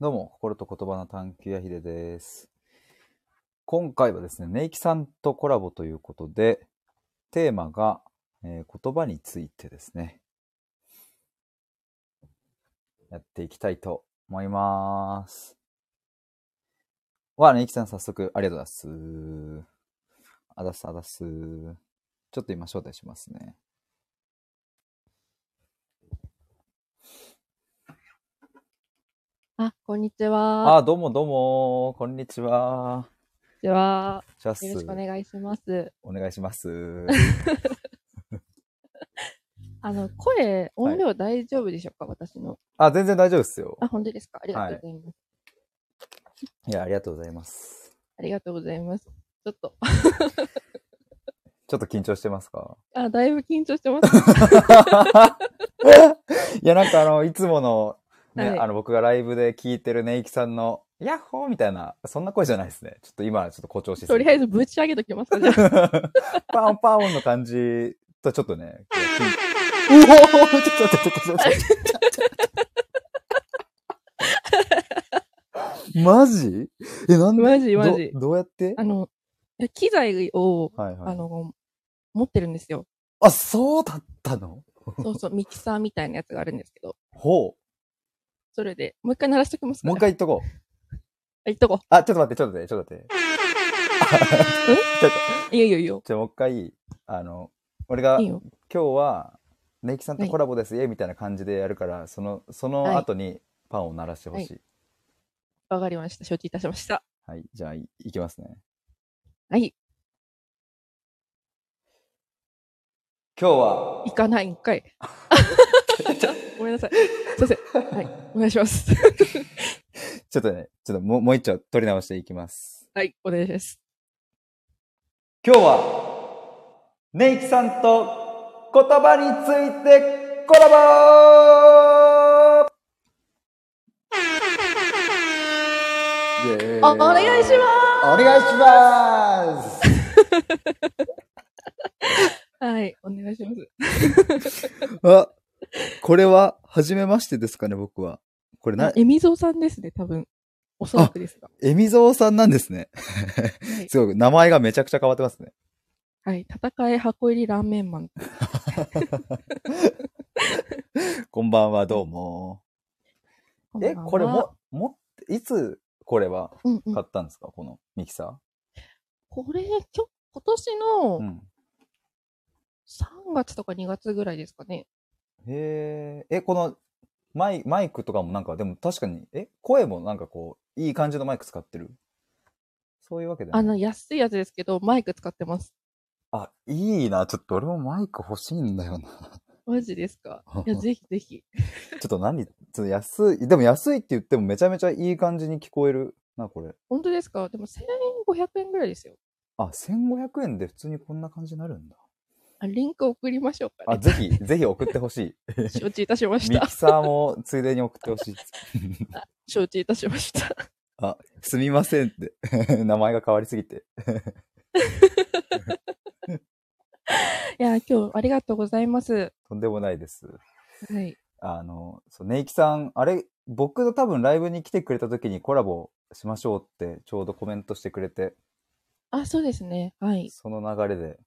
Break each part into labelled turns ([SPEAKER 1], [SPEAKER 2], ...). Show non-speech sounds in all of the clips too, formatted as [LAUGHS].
[SPEAKER 1] どうも、心と言葉の探求やひでです。今回はですね、ネイキさんとコラボということで、テーマが、えー言葉についてですね、やっていきたいと思います。わあ、ネイキさん早速ありがとうございます。あだすあだす。ちょっと今招待しますね。
[SPEAKER 2] あ、こんにちは。こん
[SPEAKER 1] あー、どうもどうも、こんにちは。
[SPEAKER 2] にちは。
[SPEAKER 1] ジャス。
[SPEAKER 2] よろしくお願いします。
[SPEAKER 1] お願いします。
[SPEAKER 2] あの、声、音量大丈夫でしょうか、私の。
[SPEAKER 1] [LAUGHS] あ、全然大丈夫ですよ。
[SPEAKER 2] あ、本当ですかありがとうございます。
[SPEAKER 1] いや、ありがとうございます。
[SPEAKER 2] ありがとうございます。ちょっと、 [LAUGHS]
[SPEAKER 1] ちょっと緊張してます
[SPEAKER 2] [LAUGHS]
[SPEAKER 1] か
[SPEAKER 2] あ、だいぶ緊張してます。
[SPEAKER 1] いや、なんかあの、いつもの、ね、
[SPEAKER 2] はい
[SPEAKER 1] あの、僕がライブで聞いてるネイキさんの、ヤッホーみたいな、そんな声じゃないですね。ちょっと今、ちょっと誇張しすぎ
[SPEAKER 2] とりあえ
[SPEAKER 1] ず。
[SPEAKER 2] ずぶち上げときます [LAUGHS] か、じゃあ
[SPEAKER 1] [LAUGHS] パオンパオンの感じとちょっとね、こう緊うおーちょっとちょっとちょっとちょっとちょっとちょっと。マジえ、なんで
[SPEAKER 2] マジマジ
[SPEAKER 1] どどうやって
[SPEAKER 2] あの、いや機材を、
[SPEAKER 1] はいは
[SPEAKER 2] あ
[SPEAKER 1] い。
[SPEAKER 2] の、持ってるんで
[SPEAKER 1] [LAUGHS]
[SPEAKER 2] すよ。
[SPEAKER 1] あ、そうだったの
[SPEAKER 2] そうそう、ミキサーみたいなやつがあるんですけど、
[SPEAKER 1] ほう。
[SPEAKER 2] それで、もう一回鳴らしときますか、
[SPEAKER 1] もう一回言っとこう。
[SPEAKER 2] あ。いっとこ
[SPEAKER 1] あ、ちょっと待って、ちょっと待って、ちょっと待って。ちょっと、
[SPEAKER 2] う。いやいやいや。
[SPEAKER 1] ちょ、もう一回、あの、俺が、
[SPEAKER 2] いい
[SPEAKER 1] 今
[SPEAKER 2] よ。
[SPEAKER 1] 日は、ネイキさんとコラボです、イエイみたいな感じでやるから、その、その後にパンを鳴らしてほしい。
[SPEAKER 2] わかりました。承知いたしました。
[SPEAKER 1] はい、じゃあ、いいきますね。
[SPEAKER 2] はい。
[SPEAKER 1] 今日は、
[SPEAKER 2] 行かない
[SPEAKER 1] [LAUGHS]
[SPEAKER 2] んかい。ごめんなさい。すいません。はい。お願いします。 [LAUGHS]
[SPEAKER 1] ちょっとね、ちょっともう、もう一丁取り直していきます。
[SPEAKER 2] はい、お願いします。
[SPEAKER 1] 今日は、ネイキさんと言葉についてコラボイエーイ
[SPEAKER 2] お願いしま
[SPEAKER 1] お願いします
[SPEAKER 2] す。はい、お願いします。
[SPEAKER 1] あ、これは、初めましてですかね、僕は。これな、
[SPEAKER 2] えみぞうさんですね、多分。おそらくですが。
[SPEAKER 1] えみぞうさんなんですね。
[SPEAKER 2] はい
[SPEAKER 1] [LAUGHS] すごく、名前がめちゃくちゃ変わってますね。
[SPEAKER 2] はい。戦い箱入りラーメンマン。
[SPEAKER 1] こんばんは、どうも。
[SPEAKER 2] こんば
[SPEAKER 1] え、
[SPEAKER 2] んは
[SPEAKER 1] これも、もって、いつ、これは、
[SPEAKER 2] うんうん、
[SPEAKER 1] 買ったんですか、このミキサ
[SPEAKER 2] これ、きょ
[SPEAKER 1] ー。
[SPEAKER 2] 今
[SPEAKER 1] う
[SPEAKER 2] 年の
[SPEAKER 1] ん。
[SPEAKER 2] 3月とか2月ぐらいですかね。
[SPEAKER 1] へえ、え、この、マイ、マイクとかもなんか、でも確かに、え、声もなんかこう、いい感じのマイク使ってるそういうわけで
[SPEAKER 2] あの、安いやつですけど、マイク使ってます。
[SPEAKER 1] あ、いいな。ちょっと俺もマイク欲しいんだよな。
[SPEAKER 2] マジですかいや、ぜひぜひ。
[SPEAKER 1] ちょっと何ちょっと安い。でも安いって言ってもめちゃめちゃいい感じに聞こえるな、これ。
[SPEAKER 2] 本当ですかでも1500円ぐらいですよ。
[SPEAKER 1] あ、1500円で普通にこんな感じになるんだ。
[SPEAKER 2] あリンク送りましょうか、 [LAUGHS]
[SPEAKER 1] あ、
[SPEAKER 2] ね。
[SPEAKER 1] ぜひ、ぜひ送ってほ
[SPEAKER 2] [LAUGHS]
[SPEAKER 1] し
[SPEAKER 2] 承知いたしま
[SPEAKER 1] い。
[SPEAKER 2] し
[SPEAKER 1] ミ
[SPEAKER 2] た
[SPEAKER 1] キ。サーもついでに送ってほしい。
[SPEAKER 2] 承 [LAUGHS] 知いたしました。
[SPEAKER 1] あ、すみませんって。 [LAUGHS] 名前が変わりすぎて。
[SPEAKER 2] いや、今日ありがとうございます。
[SPEAKER 1] とんでもないです。
[SPEAKER 2] はい。
[SPEAKER 1] あの、そう、ネイキさん、あれ、僕の多分ライブに来てくれた時にコラボしましょうってちょうどコメントしてくれて、
[SPEAKER 2] あ、そうですね。はい。
[SPEAKER 1] その流れで。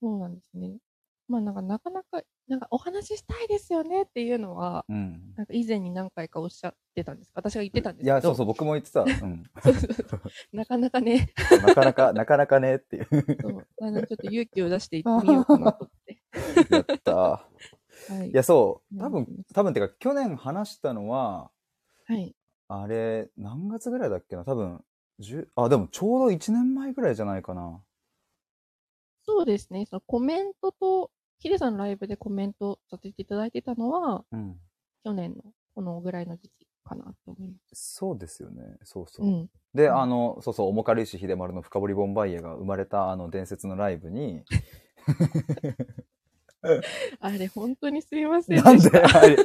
[SPEAKER 2] そうなんですね。まあ、なんか、なかなか、なんか、お話ししたいですよねっていうのは、
[SPEAKER 1] うん。
[SPEAKER 2] なんか、以前に何回かおっしゃってたんです。私が言ってたんです
[SPEAKER 1] い
[SPEAKER 2] けど。
[SPEAKER 1] や、そうそう、僕も言ってた。うん。
[SPEAKER 2] [LAUGHS] なかなかね、
[SPEAKER 1] なかなか、なかなかねっていう。 [LAUGHS]
[SPEAKER 2] そうあのちょっと勇気を出して言ってみようかなと思って。
[SPEAKER 1] やった。
[SPEAKER 2] はい。
[SPEAKER 1] いや、そう。
[SPEAKER 2] うん
[SPEAKER 1] 多分、多分てか、去年話したのは、
[SPEAKER 2] はい。
[SPEAKER 1] あれ、何月ぐらいだっけな多分、10あ、でもちょうど1年前ぐらいじゃないかな。
[SPEAKER 2] そうですね。そのコメントと、ヒデさんのライブでコメントさせていただいてたのは、
[SPEAKER 1] うん。
[SPEAKER 2] 去年のこのぐらいの時期かなと思います。
[SPEAKER 1] そうですよね。そうそう。
[SPEAKER 2] うん。
[SPEAKER 1] で、
[SPEAKER 2] うん
[SPEAKER 1] あの、そうそう、重軽石秀丸の深堀ボンバイエが生まれたあの伝説のライブに、
[SPEAKER 2] あれ、本当にすいませんで
[SPEAKER 1] なん
[SPEAKER 2] し
[SPEAKER 1] で
[SPEAKER 2] た。
[SPEAKER 1] あれい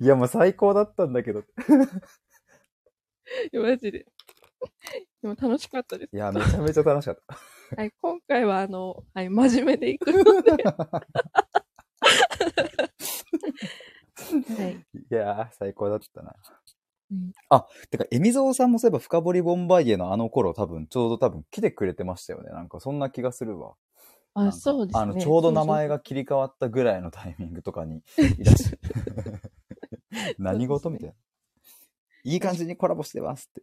[SPEAKER 1] や、もう最高だったんだけど。い
[SPEAKER 2] いやマジで。でも楽しかったです。
[SPEAKER 1] や、めちゃめちゃ楽しかっ
[SPEAKER 2] はい、今回はあの、はい、真面目でいくので。
[SPEAKER 1] [LAUGHS]
[SPEAKER 2] はい、
[SPEAKER 1] た。いやー、最高だったな。
[SPEAKER 2] うん
[SPEAKER 1] てか、エミゾウさんもそういえば、深掘りボンバイエのあの頃、多分、ちょうど多分来てくれてましたよね。なんか、そんな気がするわ。なん
[SPEAKER 2] あ、
[SPEAKER 1] か
[SPEAKER 2] そうですね。
[SPEAKER 1] あの、ちょうど名前が切り替わったぐらいのタイミングとかにいらっしゃ
[SPEAKER 2] [LAUGHS]
[SPEAKER 1] る。何事みたいな。いい感じにコラボしてますって。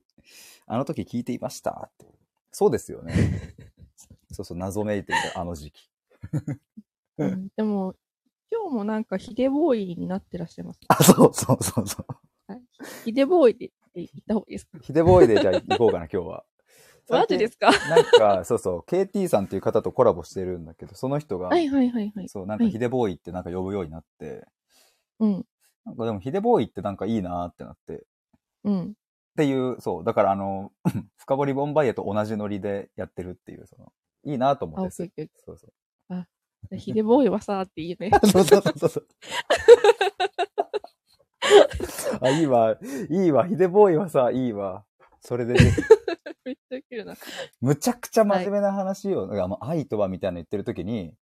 [SPEAKER 1] あの時聞いていましたって。そうですよね。
[SPEAKER 2] [LAUGHS]
[SPEAKER 1] そうそう、謎めいていた、あの時期。
[SPEAKER 2] そうそう。うんでも、今日もなんかヒデボーイになってらっしゃいます。
[SPEAKER 1] あ、そうそうそうそう。
[SPEAKER 2] ヒデボーイで言った方がいいですか
[SPEAKER 1] ヒデボーイでじゃあ行こうかな、今日は。
[SPEAKER 2] [LAUGHS] マジですか
[SPEAKER 1] 最近なんか、そうそう、KT さんっていう方とコラボしてるんだけど、その人が、
[SPEAKER 2] はいはいはいはい。
[SPEAKER 1] そう、なんかヒデボーイってなんか呼ぶようになって、
[SPEAKER 2] うん、
[SPEAKER 1] なんかでもヒデボーイってなんかいいなーってなって、
[SPEAKER 2] うん。
[SPEAKER 1] っていう、そう、だからあの、 [LAUGHS] 深掘りボンバイエと同じノリでやってるっていう、その、いいなと思
[SPEAKER 2] あ、
[SPEAKER 1] っ
[SPEAKER 2] オ
[SPEAKER 1] て
[SPEAKER 2] ッケーオッケ
[SPEAKER 1] そうそう。
[SPEAKER 2] ー。ヒデボーイはさーって言うね。
[SPEAKER 1] そうそうそう [LAUGHS] そう。あ、いいわ、いいわ、ヒデボーイはさ、いいわ。それで [LAUGHS] ね、
[SPEAKER 2] めっちゃウケるな。
[SPEAKER 1] むちゃくちゃ真面目な話を、なんかまあ愛とはみたいなの言ってる時に、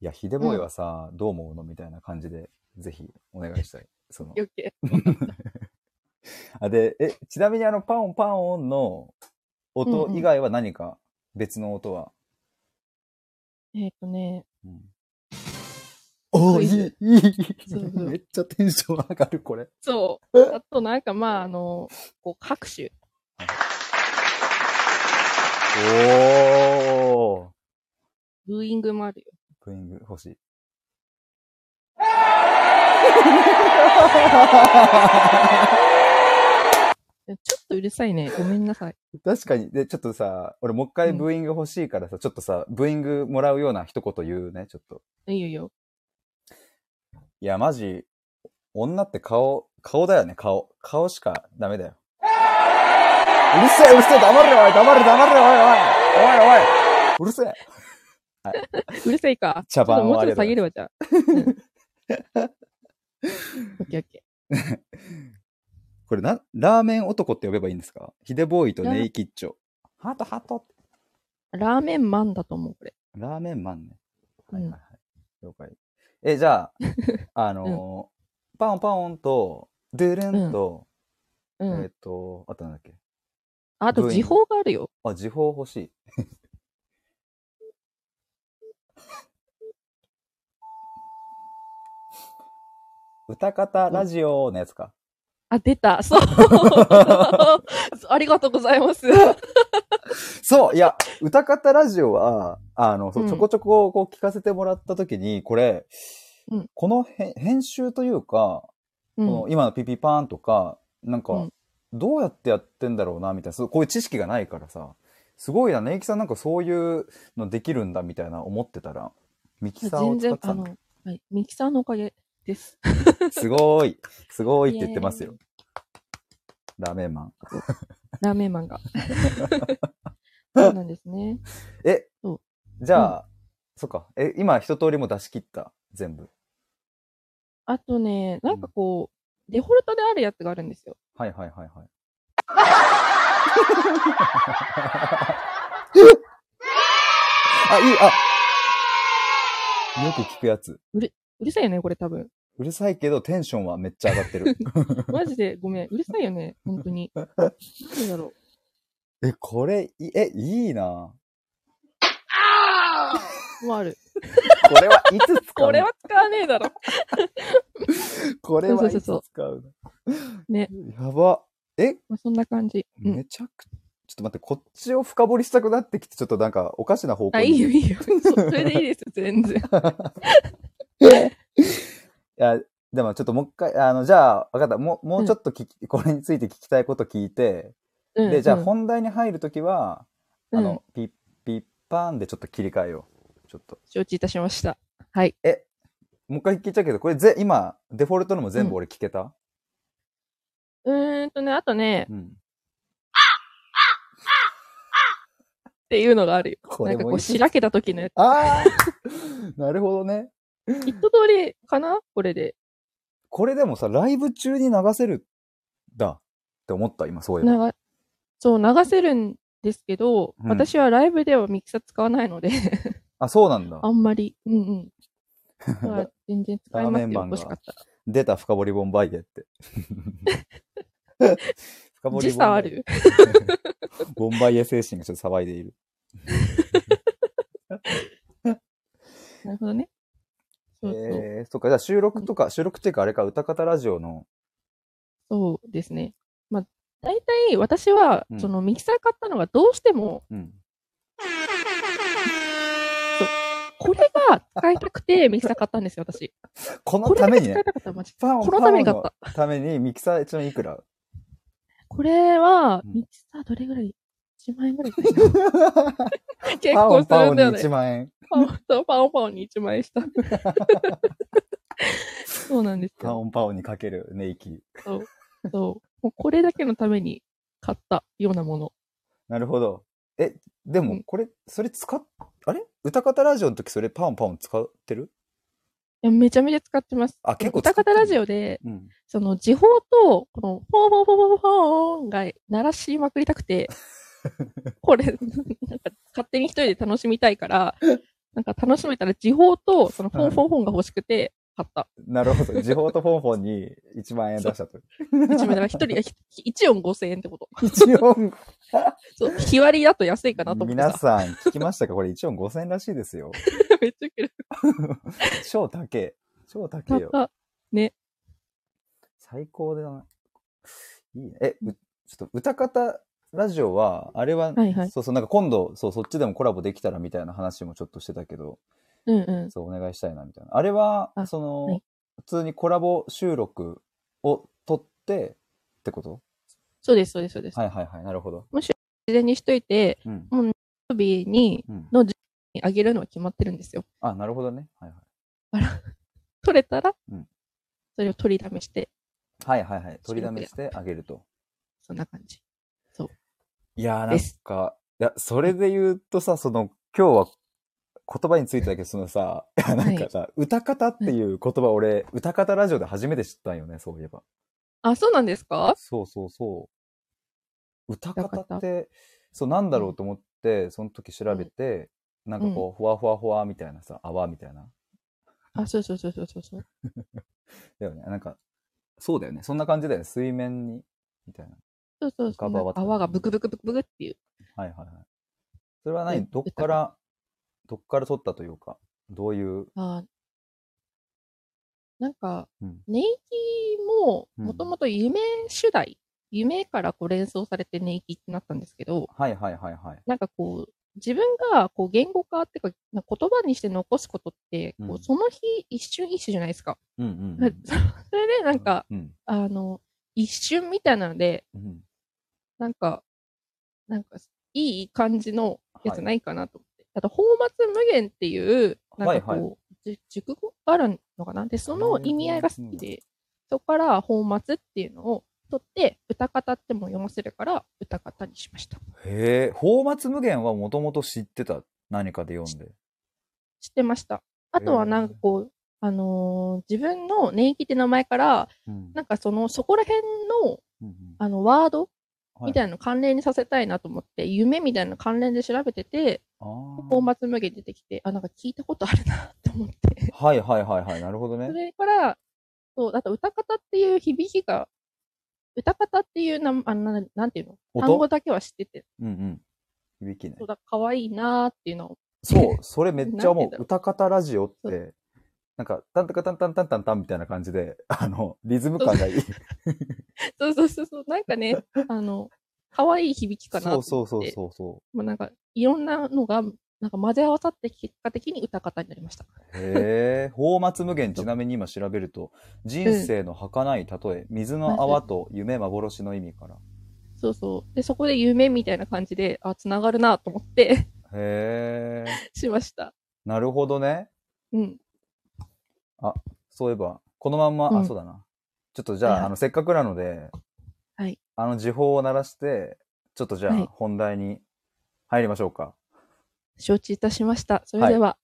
[SPEAKER 1] いや、ヒデボーイはさ、どう思うのみたいな感じで、ぜひお願いしたい。その、
[SPEAKER 2] 余計。
[SPEAKER 1] あで、え、ちなみにあの、パオンパオンの音以外は何か別の音は、
[SPEAKER 2] えっ、とね、
[SPEAKER 1] おお、
[SPEAKER 2] ク
[SPEAKER 1] い
[SPEAKER 2] イ
[SPEAKER 1] い
[SPEAKER 2] ズ、
[SPEAKER 1] いい
[SPEAKER 2] そう。そう
[SPEAKER 1] めっちゃテンション上がる、これ。
[SPEAKER 2] そう。あとなんかまあ、あの、こう、拍手。
[SPEAKER 1] おー。
[SPEAKER 2] ブーイングもあるよ。
[SPEAKER 1] ブーイング欲しい。
[SPEAKER 2] ちょっとうるさいね。ごめんなさい。
[SPEAKER 1] 確かに。で、ちょっとさ、俺もう一回ブーイング欲しいからさ、ちょっとさ、ブーイングもらうような一言言うね、ちょっと。
[SPEAKER 2] いいよいいよ。
[SPEAKER 1] いや、マジ、女って顔、顔だよね、顔。顔しかダメだよ。うるせえ、うるせえ、黙れよ、おい、黙れ、黙れ、おい、おい、おい、おい、うるせえ。
[SPEAKER 2] うるさいか。
[SPEAKER 1] 茶番
[SPEAKER 2] ちょっともう
[SPEAKER 1] をあ
[SPEAKER 2] ちょ
[SPEAKER 1] れだ
[SPEAKER 2] っと下げるわ、じゃあ。うん
[SPEAKER 1] [LAUGHS]
[SPEAKER 2] オッケーオッケ
[SPEAKER 1] これな、ラーメン男って呼べばいいんですかヒデボーイとネイキッチョ。ハートハートって。
[SPEAKER 2] ー。ラーメンマンだと思う、これ。
[SPEAKER 1] ラーメンマンね。
[SPEAKER 2] う
[SPEAKER 1] はい
[SPEAKER 2] ん
[SPEAKER 1] はいはい。了解。え、じゃ
[SPEAKER 2] [LAUGHS]
[SPEAKER 1] あ、あのーパオンパオンと、ドゥルンと、
[SPEAKER 2] う
[SPEAKER 1] えっ、
[SPEAKER 2] ん。
[SPEAKER 1] と、あとなんだっけ。
[SPEAKER 2] あと、
[SPEAKER 1] ブーイン
[SPEAKER 2] 時報があるよ。
[SPEAKER 1] あ、時報欲しい。 [LAUGHS] 歌方ラジオのやつか。
[SPEAKER 2] あ、出
[SPEAKER 1] [LAUGHS]
[SPEAKER 2] た。そう。 [LAUGHS] そうありがとうございます。
[SPEAKER 1] そういや、歌方ラジオは、あの、そう
[SPEAKER 2] うん
[SPEAKER 1] ちょこちょここう聞かせてもらったときに、これ、
[SPEAKER 2] うん
[SPEAKER 1] このへん編集というか、
[SPEAKER 2] うん。
[SPEAKER 1] この今のピピパーンとか、なん
[SPEAKER 2] う
[SPEAKER 1] か
[SPEAKER 2] ん、
[SPEAKER 1] どうやってやってんだろうな、みたいな、そうこういう知識がないからさ、すごいな、ネイキさんなんかそういうのできるんだ、みたいな思ってたら、ミキサーを使
[SPEAKER 2] 全
[SPEAKER 1] っ
[SPEAKER 2] 然
[SPEAKER 1] て、た
[SPEAKER 2] あ
[SPEAKER 1] ん
[SPEAKER 2] の
[SPEAKER 1] だ。、
[SPEAKER 2] はい。ミキサーのおかげです。
[SPEAKER 1] すごい、すごいって言ってますよ。ラーメンマン。
[SPEAKER 2] ラーメンマ
[SPEAKER 1] [LAUGHS]
[SPEAKER 2] ンが。そうなんですね。
[SPEAKER 1] え
[SPEAKER 2] そう、
[SPEAKER 1] じゃあ、そっか、え、今一通りも出し切った、全部。
[SPEAKER 2] あとね、なんかこう、デフォルトであるやつがあるんですよ。
[SPEAKER 1] はいはいはいはい。あ、いい、あよく聞くやつ。
[SPEAKER 2] うるさいよね、これ多分。
[SPEAKER 1] うるさいけどテンションはめっちゃ上がって
[SPEAKER 2] [LAUGHS]
[SPEAKER 1] る。
[SPEAKER 2] マジでごめん。うるさいよね、本当に。なんでだろ
[SPEAKER 1] え、これ、いえ、いいな
[SPEAKER 2] う。もうある。
[SPEAKER 1] これはいつ使うの
[SPEAKER 2] これは使わねえだろ。
[SPEAKER 1] これはい
[SPEAKER 2] そう
[SPEAKER 1] つ使
[SPEAKER 2] そうう
[SPEAKER 1] の
[SPEAKER 2] ね。
[SPEAKER 1] やば。え、
[SPEAKER 2] まあ、そんな感じ。うん。
[SPEAKER 1] めちゃく、ちょっと待って、こっちを深掘りしたくなってきて、ちょっとなんかおかしな方向
[SPEAKER 2] あ、
[SPEAKER 1] に。
[SPEAKER 2] いいよ、いいよ。そそれでいいですよ、全然。
[SPEAKER 1] いや、でもちょっともう一回、あの、じゃあ、わかった。もう、もうちょっと聞き、これについて聞きたいこと聞いて、
[SPEAKER 2] うん、
[SPEAKER 1] [LAUGHS] で、じゃあ
[SPEAKER 2] うん
[SPEAKER 1] 本題に入るときは、あ
[SPEAKER 2] うん
[SPEAKER 1] の、ピッ、ピッパーンでちょっと切り替えよう。ちょっと。
[SPEAKER 2] 承知いたしました。はい。
[SPEAKER 1] もう一回聞いちゃうけど、これぜ、今、デフォルトのも全部俺聞けた、
[SPEAKER 2] うーんとね、あとね、っ
[SPEAKER 1] うん、
[SPEAKER 2] ていうのがあるよ。
[SPEAKER 1] こ
[SPEAKER 2] なん
[SPEAKER 1] れ
[SPEAKER 2] か
[SPEAKER 1] も
[SPEAKER 2] こ、
[SPEAKER 1] いうい。
[SPEAKER 2] しらけた時のやつ。
[SPEAKER 1] ああ [LAUGHS] なるほどね。
[SPEAKER 2] 一通りかなこれで。
[SPEAKER 1] これでもさ、ライブ中に流せる、だ。って思った、今、そういえば。
[SPEAKER 2] ながそう、流せるんですけど、
[SPEAKER 1] うん
[SPEAKER 2] 私はライブではミキサー使わないので、 [LAUGHS]
[SPEAKER 1] あ、そうなんだ。
[SPEAKER 2] あんまり。う
[SPEAKER 1] [LAUGHS]
[SPEAKER 2] んうん。だから全然使い
[SPEAKER 1] ラー
[SPEAKER 2] ま
[SPEAKER 1] メ
[SPEAKER 2] す
[SPEAKER 1] ン
[SPEAKER 2] よ。
[SPEAKER 1] マンが
[SPEAKER 2] 欲しかったら。
[SPEAKER 1] 出た、深掘りボンバイエって。 [LAUGHS] 深掘り
[SPEAKER 2] 時差ある。
[SPEAKER 1] ボンバイエ精神がちょっと騒いでいる。
[SPEAKER 2] なるほどね。そうそう。
[SPEAKER 1] えー、そっか、じゃあ収録とか、収録っていうかあれか、歌方ラジオの、
[SPEAKER 2] そうですね。まあ、大体私は
[SPEAKER 1] うん、
[SPEAKER 2] そのミキサー買ったのがどうしても、
[SPEAKER 1] うん。
[SPEAKER 2] これが使いたく
[SPEAKER 1] [LAUGHS]
[SPEAKER 2] てミキサー買ったんですよ、私。
[SPEAKER 1] この
[SPEAKER 2] これ
[SPEAKER 1] た
[SPEAKER 2] だ
[SPEAKER 1] め
[SPEAKER 2] け
[SPEAKER 1] に
[SPEAKER 2] 使
[SPEAKER 1] ね
[SPEAKER 2] い、たかった、マジ。
[SPEAKER 1] パン
[SPEAKER 2] このために買っ
[SPEAKER 1] パンのためにミキサーちなみにいくら
[SPEAKER 2] これは、
[SPEAKER 1] うん
[SPEAKER 2] ミキサーどれぐらい ?1 万円
[SPEAKER 1] [LAUGHS]
[SPEAKER 2] ぐらいした [LAUGHS] 結
[SPEAKER 1] パオ
[SPEAKER 2] 構
[SPEAKER 1] ン
[SPEAKER 2] す
[SPEAKER 1] パオ
[SPEAKER 2] る
[SPEAKER 1] ン
[SPEAKER 2] ん
[SPEAKER 1] に
[SPEAKER 2] だよね
[SPEAKER 1] 1。万円。
[SPEAKER 2] パオとパオパオに1万円
[SPEAKER 1] [LAUGHS]
[SPEAKER 2] した。そうなんです
[SPEAKER 1] パ
[SPEAKER 2] よ。
[SPEAKER 1] オンパオンにかけるネイキ。
[SPEAKER 2] そう。もうこれだけのために買ったようなもの。
[SPEAKER 1] なるほど。え、で
[SPEAKER 2] う
[SPEAKER 1] も
[SPEAKER 2] ん
[SPEAKER 1] これ、それ使っ、あれ歌方ラジオの時それパオンパオン使ってる
[SPEAKER 2] いやめちゃめちゃ使ってます。
[SPEAKER 1] あ結構使
[SPEAKER 2] 歌
[SPEAKER 1] ってる
[SPEAKER 2] 方ラジオで、
[SPEAKER 1] うん。
[SPEAKER 2] その時報と、この、フォーフォーフォーフォーフォーが鳴らしまくりたく [LAUGHS] て、これ、なんか勝手に一人で楽しみたいから、なんか楽しめたら時報と、そのフォーフォーフォーが欲しくて買った。
[SPEAKER 1] なるほど。時報とフォンフォンに1万円出した
[SPEAKER 2] [LAUGHS]
[SPEAKER 1] と。
[SPEAKER 2] 一枚だから一人が1音5000円ってこと。
[SPEAKER 1] 一音
[SPEAKER 2] そう、日割りだと安いかなと思って
[SPEAKER 1] 皆
[SPEAKER 2] さ。
[SPEAKER 1] さん聞きましたかこれ1音5000円らしいですよ。
[SPEAKER 2] めっちゃ嫌い。
[SPEAKER 1] 超高え。超高
[SPEAKER 2] た
[SPEAKER 1] えよ。
[SPEAKER 2] った。
[SPEAKER 1] 最高だな。いいね。え、うちょっと歌方ラジオは、あれは、
[SPEAKER 2] はいはい
[SPEAKER 1] そうそう、なんか今度、そう、そっちでもコラボできたらみたいな話もちょっとしてたけど、
[SPEAKER 2] うんうん。
[SPEAKER 1] そう、お願いしたいなみたいな。あれは、
[SPEAKER 2] あ
[SPEAKER 1] その、
[SPEAKER 2] はい
[SPEAKER 1] 普通にコラボ収録を撮ってってこと
[SPEAKER 2] そうです、そうです、そうです。
[SPEAKER 1] はいはいはい、なるほど。
[SPEAKER 2] 事前にしといて、
[SPEAKER 1] うん。
[SPEAKER 2] 曜日に
[SPEAKER 1] うん、
[SPEAKER 2] あげるのは決まってるんですよ。
[SPEAKER 1] あ、なるほどね。はいはい。
[SPEAKER 2] 取れたら、
[SPEAKER 1] うん
[SPEAKER 2] それを取りだめして、
[SPEAKER 1] はいはいはい。取りだめしてあげると。
[SPEAKER 2] そんな感じ。
[SPEAKER 1] いやー、なん
[SPEAKER 2] です
[SPEAKER 1] か、いや、それで言うとさ、その、今日は言葉についてだけど、そのさ、いやなんかさ、歌方っていう言葉、俺、歌方ラジオで初めて知ったんよね、そういえば。
[SPEAKER 2] あ、そうなんですか
[SPEAKER 1] そうそうそう。歌
[SPEAKER 2] 歌
[SPEAKER 1] 方
[SPEAKER 2] 方
[SPEAKER 1] って、そう、なんだろうと思って、その時調べて、なんかこう、ふわふわふわみたいなさ、泡みたいな。
[SPEAKER 2] あ、そうそうそうそうそうそう。
[SPEAKER 1] だよね、なんか、そうだよね、そんな感じだよね、水面に、みたいな。
[SPEAKER 2] そうそうそ
[SPEAKER 1] 浮か
[SPEAKER 2] う。
[SPEAKER 1] ばわった
[SPEAKER 2] 泡がブクブクブクブクっていう。
[SPEAKER 1] はいはいはい。それは何、
[SPEAKER 2] うん
[SPEAKER 1] どっから、どっから取ったというか、どういう、
[SPEAKER 2] あーなんか、
[SPEAKER 1] うん
[SPEAKER 2] ネイキも、
[SPEAKER 1] うん
[SPEAKER 2] もともと夢主題、夢からこう連想されてネイキってなったんですけど、
[SPEAKER 1] はいはいはいはい。
[SPEAKER 2] なんかこう、自分がこう言語化っていうか、なんか言葉にして残すことって、こ
[SPEAKER 1] うん
[SPEAKER 2] うその日一瞬一瞬じゃないですか。
[SPEAKER 1] うんうんう
[SPEAKER 2] [LAUGHS] そ
[SPEAKER 1] ん。
[SPEAKER 2] れでなんか、
[SPEAKER 1] うん。
[SPEAKER 2] あの、一瞬みたいなので、
[SPEAKER 1] うん。
[SPEAKER 2] なんか、なんか、いい感じのやつないかなと思って。あと、泡沫無限っていう、なんかこう、
[SPEAKER 1] はい
[SPEAKER 2] じ熟語があるのかなで、その意味合いが好きで、そこから泡沫っていうのを取って、歌方っても読ませるから、歌方にしました。
[SPEAKER 1] へえ、泡沫無限はもともと知ってた。何かで読んで。
[SPEAKER 2] 知ってました。あとはなんかこう、あのー自分の年季って名前から、
[SPEAKER 1] うん
[SPEAKER 2] なんかその、そこら辺の、
[SPEAKER 1] うん
[SPEAKER 2] あの、ワード
[SPEAKER 1] うん。
[SPEAKER 2] みた
[SPEAKER 1] い
[SPEAKER 2] いなのを関連にさせたいなと思って、夢みたいなの関連で調べてて、
[SPEAKER 1] な。
[SPEAKER 2] 泡沫無限出てきて、あ、なんか聞いたことあるなって思って。
[SPEAKER 1] はいはいはいはい。なるほど
[SPEAKER 2] そ
[SPEAKER 1] ね。
[SPEAKER 2] れから、そう、あと歌方っていう響きが、歌方っていうな、あのななんていうの
[SPEAKER 1] 音
[SPEAKER 2] 単語だけは知ってて、
[SPEAKER 1] うんうん。響きね
[SPEAKER 2] そう。だ、可愛いなーっていうのを、 [LAUGHS]
[SPEAKER 1] そう、それめっちゃ思
[SPEAKER 2] なんて言
[SPEAKER 1] う。
[SPEAKER 2] うんだろう
[SPEAKER 1] 歌方ラジオっ
[SPEAKER 2] そ
[SPEAKER 1] て、なんか、タンタカタンタンタンタンタンみたいな感じ
[SPEAKER 2] [LAUGHS]
[SPEAKER 1] で、あの、リズム感がいい。
[SPEAKER 2] そうそうそうそう、なんか
[SPEAKER 1] [LAUGHS]
[SPEAKER 2] ね、あの、可愛い響きかなと
[SPEAKER 1] そ
[SPEAKER 2] 思
[SPEAKER 1] う
[SPEAKER 2] って。
[SPEAKER 1] そうそうそうそ
[SPEAKER 2] まあ、なんか、いろんなのが、なんか混ぜ合わさって結果的に歌方になりました。
[SPEAKER 1] う。へえ、泡沫無限、ちなみに今調べると、人生の儚い例え、水の泡と夢幻の意味から。
[SPEAKER 2] そうそう。で、そこで夢みたいな感じで、あ、つながるなと思って [LAUGHS]
[SPEAKER 1] へえ、
[SPEAKER 2] しました。
[SPEAKER 1] なるほどね。
[SPEAKER 2] うん。
[SPEAKER 1] そういえば、このまんま、
[SPEAKER 2] う
[SPEAKER 1] あ、
[SPEAKER 2] ん
[SPEAKER 1] そうだな。ちょっとじゃあ、
[SPEAKER 2] はいはい
[SPEAKER 1] あの、せっかくなので、
[SPEAKER 2] はい
[SPEAKER 1] あの、時報を鳴らして、ちょっとじゃあ、
[SPEAKER 2] はい
[SPEAKER 1] 本題に入りましょう
[SPEAKER 2] [LAUGHS]
[SPEAKER 1] か。
[SPEAKER 2] 承知いたしました。それでは、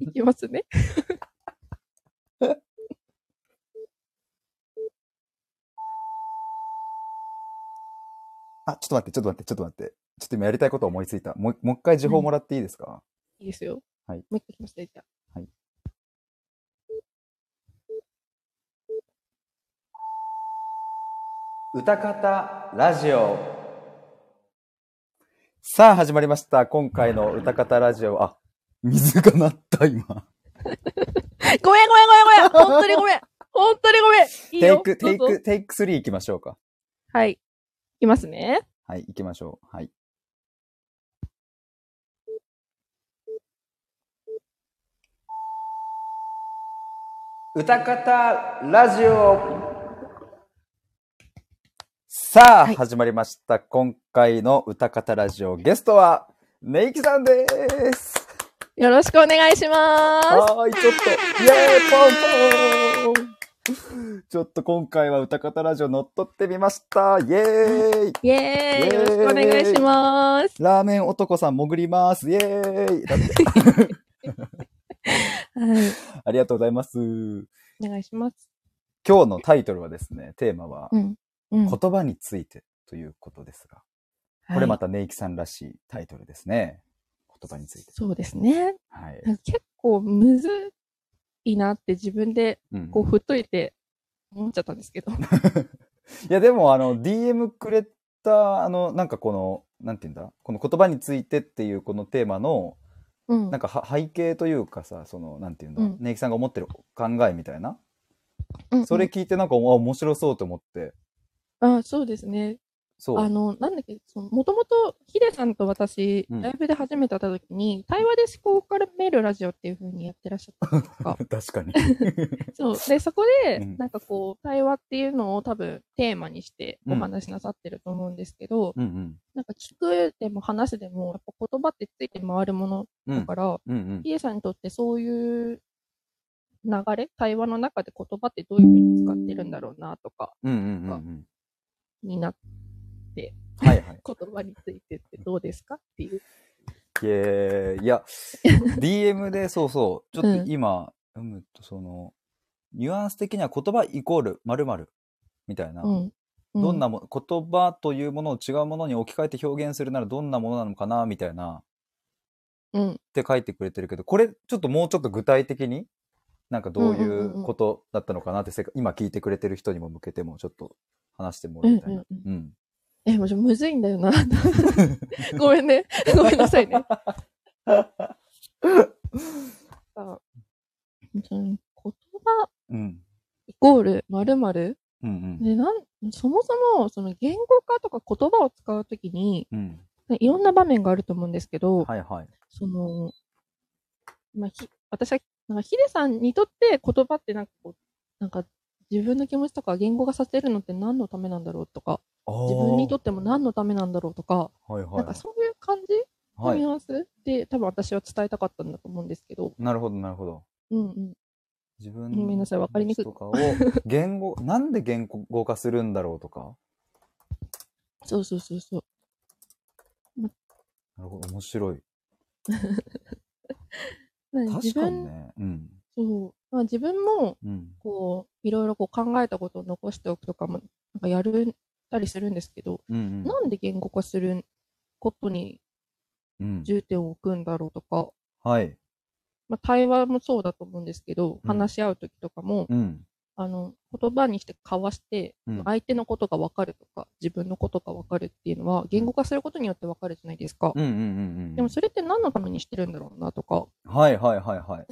[SPEAKER 2] い、 [LAUGHS] きますね。
[SPEAKER 1] あ、ちょっと待って、ちょっと待って、ちょっと待って。ちょっと今やりたいこと思いついた。もう、もう一回時報もらっていいですか、
[SPEAKER 2] いいですよ。
[SPEAKER 1] はい
[SPEAKER 2] もう一回いきますね、じゃあ。
[SPEAKER 1] はい。歌方ラジオ。さあ、始まりました。今回の歌方ラジオ。あ、水が鳴った、今。
[SPEAKER 2] めんごめんごめんごめん本当にごめん本当にごめんいい
[SPEAKER 1] テイ
[SPEAKER 2] よ
[SPEAKER 1] ク、テイ
[SPEAKER 2] どうぞ
[SPEAKER 1] ク、テイク3行きましょうか。
[SPEAKER 2] はい。いますね。
[SPEAKER 1] はい、行きましょう。はい。歌方ラジオさあ、
[SPEAKER 2] はい
[SPEAKER 1] 始まりました。今回の歌方ラジオゲストは、ネイキさんです。
[SPEAKER 2] よろしくお願いします。
[SPEAKER 1] はーい、ちょっと、イエーイポンポンちょっと今回は歌方ラジオ乗っ取ってみました。イエーイ
[SPEAKER 2] イエー
[SPEAKER 1] イエー
[SPEAKER 2] イ
[SPEAKER 1] イ
[SPEAKER 2] よろしくお願いします。
[SPEAKER 1] ラーメン男さん潜ります。イエーイだって
[SPEAKER 2] はい。
[SPEAKER 1] ありがとうございます。
[SPEAKER 2] お願いします。
[SPEAKER 1] 今日のタイトルはですね、テーマは、
[SPEAKER 2] うん。うん。
[SPEAKER 1] 言葉についてということですが、これまたネイキさんらしいタイトルですね。言葉について。
[SPEAKER 2] そうですね。
[SPEAKER 1] はい。
[SPEAKER 2] なんか結構むずいなって自分で
[SPEAKER 1] うん
[SPEAKER 2] こう振っといて思っちゃったんですけど。
[SPEAKER 1] いや、でも、あの、DM くれた、あの、なんかこの、なんて言うんだこの言葉についてっていうこのテーマの、
[SPEAKER 2] うん
[SPEAKER 1] なんかは背景というかさ、その、なんて言うんだ、
[SPEAKER 2] うん
[SPEAKER 1] ネイキさんが思ってる考えみたいな、
[SPEAKER 2] うん
[SPEAKER 1] それ聞いてなんか、あ面白そうと思って、
[SPEAKER 2] あそうですね。
[SPEAKER 1] そう。
[SPEAKER 2] あの、なんだっけ、もともとヒデさんと私、
[SPEAKER 1] うん。
[SPEAKER 2] ライブで初めて会った時に、対話で思考から見えるラジオっていう風にやってらっしゃったんですか
[SPEAKER 1] [LAUGHS] [LAUGHS] 確かに。
[SPEAKER 2] そう。で、そこで、
[SPEAKER 1] うん
[SPEAKER 2] なんかこう、対話っていうのを多分テーマにしてお話しなさってると思うんですけど、
[SPEAKER 1] うん
[SPEAKER 2] なんか聞くでも話すでも、やっぱ言葉ってついて回るもの
[SPEAKER 1] うん。う
[SPEAKER 2] だ
[SPEAKER 1] ん。
[SPEAKER 2] から、
[SPEAKER 1] うんうん。
[SPEAKER 2] ピエさんにとってそういう流れ、対話の中で言葉ってどういうふうに使ってるんだろうなとか、
[SPEAKER 1] うんうんうんうん。
[SPEAKER 2] にな、
[SPEAKER 1] はいはい。
[SPEAKER 2] 言葉についてってどうですかっていう。
[SPEAKER 1] えー、
[SPEAKER 2] [LAUGHS]
[SPEAKER 1] いや、DM で、そうそう、ちょっと
[SPEAKER 2] うん
[SPEAKER 1] 今、うん、とその、ニュアンス的には言葉イコール〇〇みたいな、
[SPEAKER 2] うん。う
[SPEAKER 1] どんなも言葉というものを違うものに置き換えて表現するならどんなものなのかなみたいなっ
[SPEAKER 2] うん。
[SPEAKER 1] て書いてくれてるけど、これちょっともうちょっと具体的に、なんかどうい
[SPEAKER 2] んうんうんう
[SPEAKER 1] うんことだったのかなって、せっか今聞いてくれてる人にも向けてもちょっと話しても
[SPEAKER 2] う
[SPEAKER 1] ら
[SPEAKER 2] ん
[SPEAKER 1] いたいな。
[SPEAKER 2] うんうん
[SPEAKER 1] うん。
[SPEAKER 2] え、もうちょむずいんだよな。 [LAUGHS] ごめんね。ごめんな
[SPEAKER 1] [LAUGHS]
[SPEAKER 2] さいね。さあうん言葉
[SPEAKER 1] うん。
[SPEAKER 2] イコール〇〇
[SPEAKER 1] うんうん。
[SPEAKER 2] で、なん、そもそも、その言語化とか言葉を使うときに、
[SPEAKER 1] うん。
[SPEAKER 2] いろんな場面があると思うんですけど、
[SPEAKER 1] はいはい。
[SPEAKER 2] その、まあ、ひ私は、なんかヒデさんにとって言葉ってなんかこう、なんか自分の気持ちとか言語化させるのって何のためなんだろうとか、自分にと
[SPEAKER 1] っ
[SPEAKER 2] っても何のためなんだろうとか、
[SPEAKER 1] て、はいはい、
[SPEAKER 2] なんかそういう感じの
[SPEAKER 1] はい
[SPEAKER 2] ニュアンスで、多分私は伝えたかったんだと思うんですけど、
[SPEAKER 1] なるほど、なるほど。
[SPEAKER 2] うんうん。
[SPEAKER 1] 自分
[SPEAKER 2] ごめんなさいわかりにくい
[SPEAKER 1] とかを、言語、 [LAUGHS] なんで言語化するんだろうとか。
[SPEAKER 2] そうそうそうそう。
[SPEAKER 1] なるほど、面白い。
[SPEAKER 2] なんか
[SPEAKER 1] 確
[SPEAKER 2] 自
[SPEAKER 1] かに
[SPEAKER 2] 分、
[SPEAKER 1] ね。うん。
[SPEAKER 2] そう。まあ自分も、
[SPEAKER 1] うん。
[SPEAKER 2] こう、いろいろこう考えたことを残しておくとかも、なんかやるたりするんですけど、
[SPEAKER 1] うん、うん。
[SPEAKER 2] なんで言語化することに
[SPEAKER 1] うん。
[SPEAKER 2] 重点を置くんだろうとか、
[SPEAKER 1] はい。
[SPEAKER 2] まあ、対話もそうだと思うんですけど、
[SPEAKER 1] うん
[SPEAKER 2] 話し合うときとかも、
[SPEAKER 1] うん。
[SPEAKER 2] あの、言葉にして交わして、
[SPEAKER 1] うん
[SPEAKER 2] 相手のことが分かるとか、自分のことが分かるっていうのは、言語化することによって分かるじゃないですか。
[SPEAKER 1] うんうんうん
[SPEAKER 2] で
[SPEAKER 1] う
[SPEAKER 2] も
[SPEAKER 1] ん。
[SPEAKER 2] それって何のためにしてるんだろうな
[SPEAKER 1] [LAUGHS]
[SPEAKER 2] とか、
[SPEAKER 1] はいはいはいはい。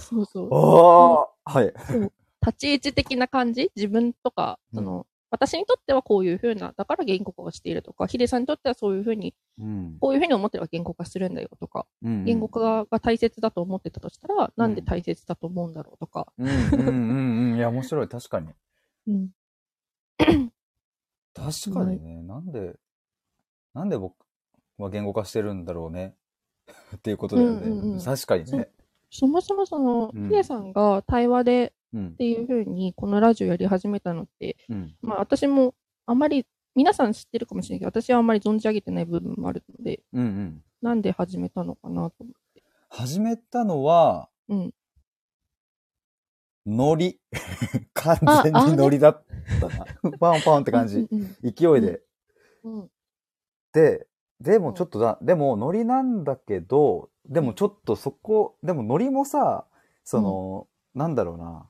[SPEAKER 2] そうそう。
[SPEAKER 1] おーはい。
[SPEAKER 2] [LAUGHS] 立ち位置的な感じ自分とか、
[SPEAKER 1] うん
[SPEAKER 2] その、私にとってはこういうふうな、だから言語化をしているとか、ヒデさんにとってはそういうふうに、
[SPEAKER 1] うん。
[SPEAKER 2] こういうふうに思ってれば言語化するんだよとか、
[SPEAKER 1] うんうん
[SPEAKER 2] 言語。化が大切だと思ってたとしたら、なんで大切だと思うんだろうとか、
[SPEAKER 1] うんうんうんうん。いや、面白い。確かに。
[SPEAKER 2] うん、
[SPEAKER 1] 確かにね。なんで、なんで僕は言語化してるんだろうね。 [LAUGHS] っていうことだよね。
[SPEAKER 2] うんうんうん
[SPEAKER 1] 確かにね。
[SPEAKER 2] そもそもその、
[SPEAKER 1] うん
[SPEAKER 2] ヒデさんが対話で
[SPEAKER 1] うん
[SPEAKER 2] っ。ていう風にこのラジオやり始めたのって、
[SPEAKER 1] うん。
[SPEAKER 2] まあ私もあまり、皆さん知ってるかもしれないけど、私はあんまり存じ上げてない部分もあるので、
[SPEAKER 1] うんうん。
[SPEAKER 2] なんで始めたのかなと思
[SPEAKER 1] 始めたのは、
[SPEAKER 2] うん
[SPEAKER 1] ノリ。 [LAUGHS] 完全
[SPEAKER 2] ああ
[SPEAKER 1] に
[SPEAKER 2] れ
[SPEAKER 1] ノリだったな。
[SPEAKER 2] [LAUGHS]
[SPEAKER 1] パンパンって感
[SPEAKER 2] う
[SPEAKER 1] じ
[SPEAKER 2] ん。うん
[SPEAKER 1] 勢いで。
[SPEAKER 2] うんうん
[SPEAKER 1] で、でもちょっとだ、でもノリなんだけど、でもちょっとそこ、でもノリもさ、その、なんだろうな。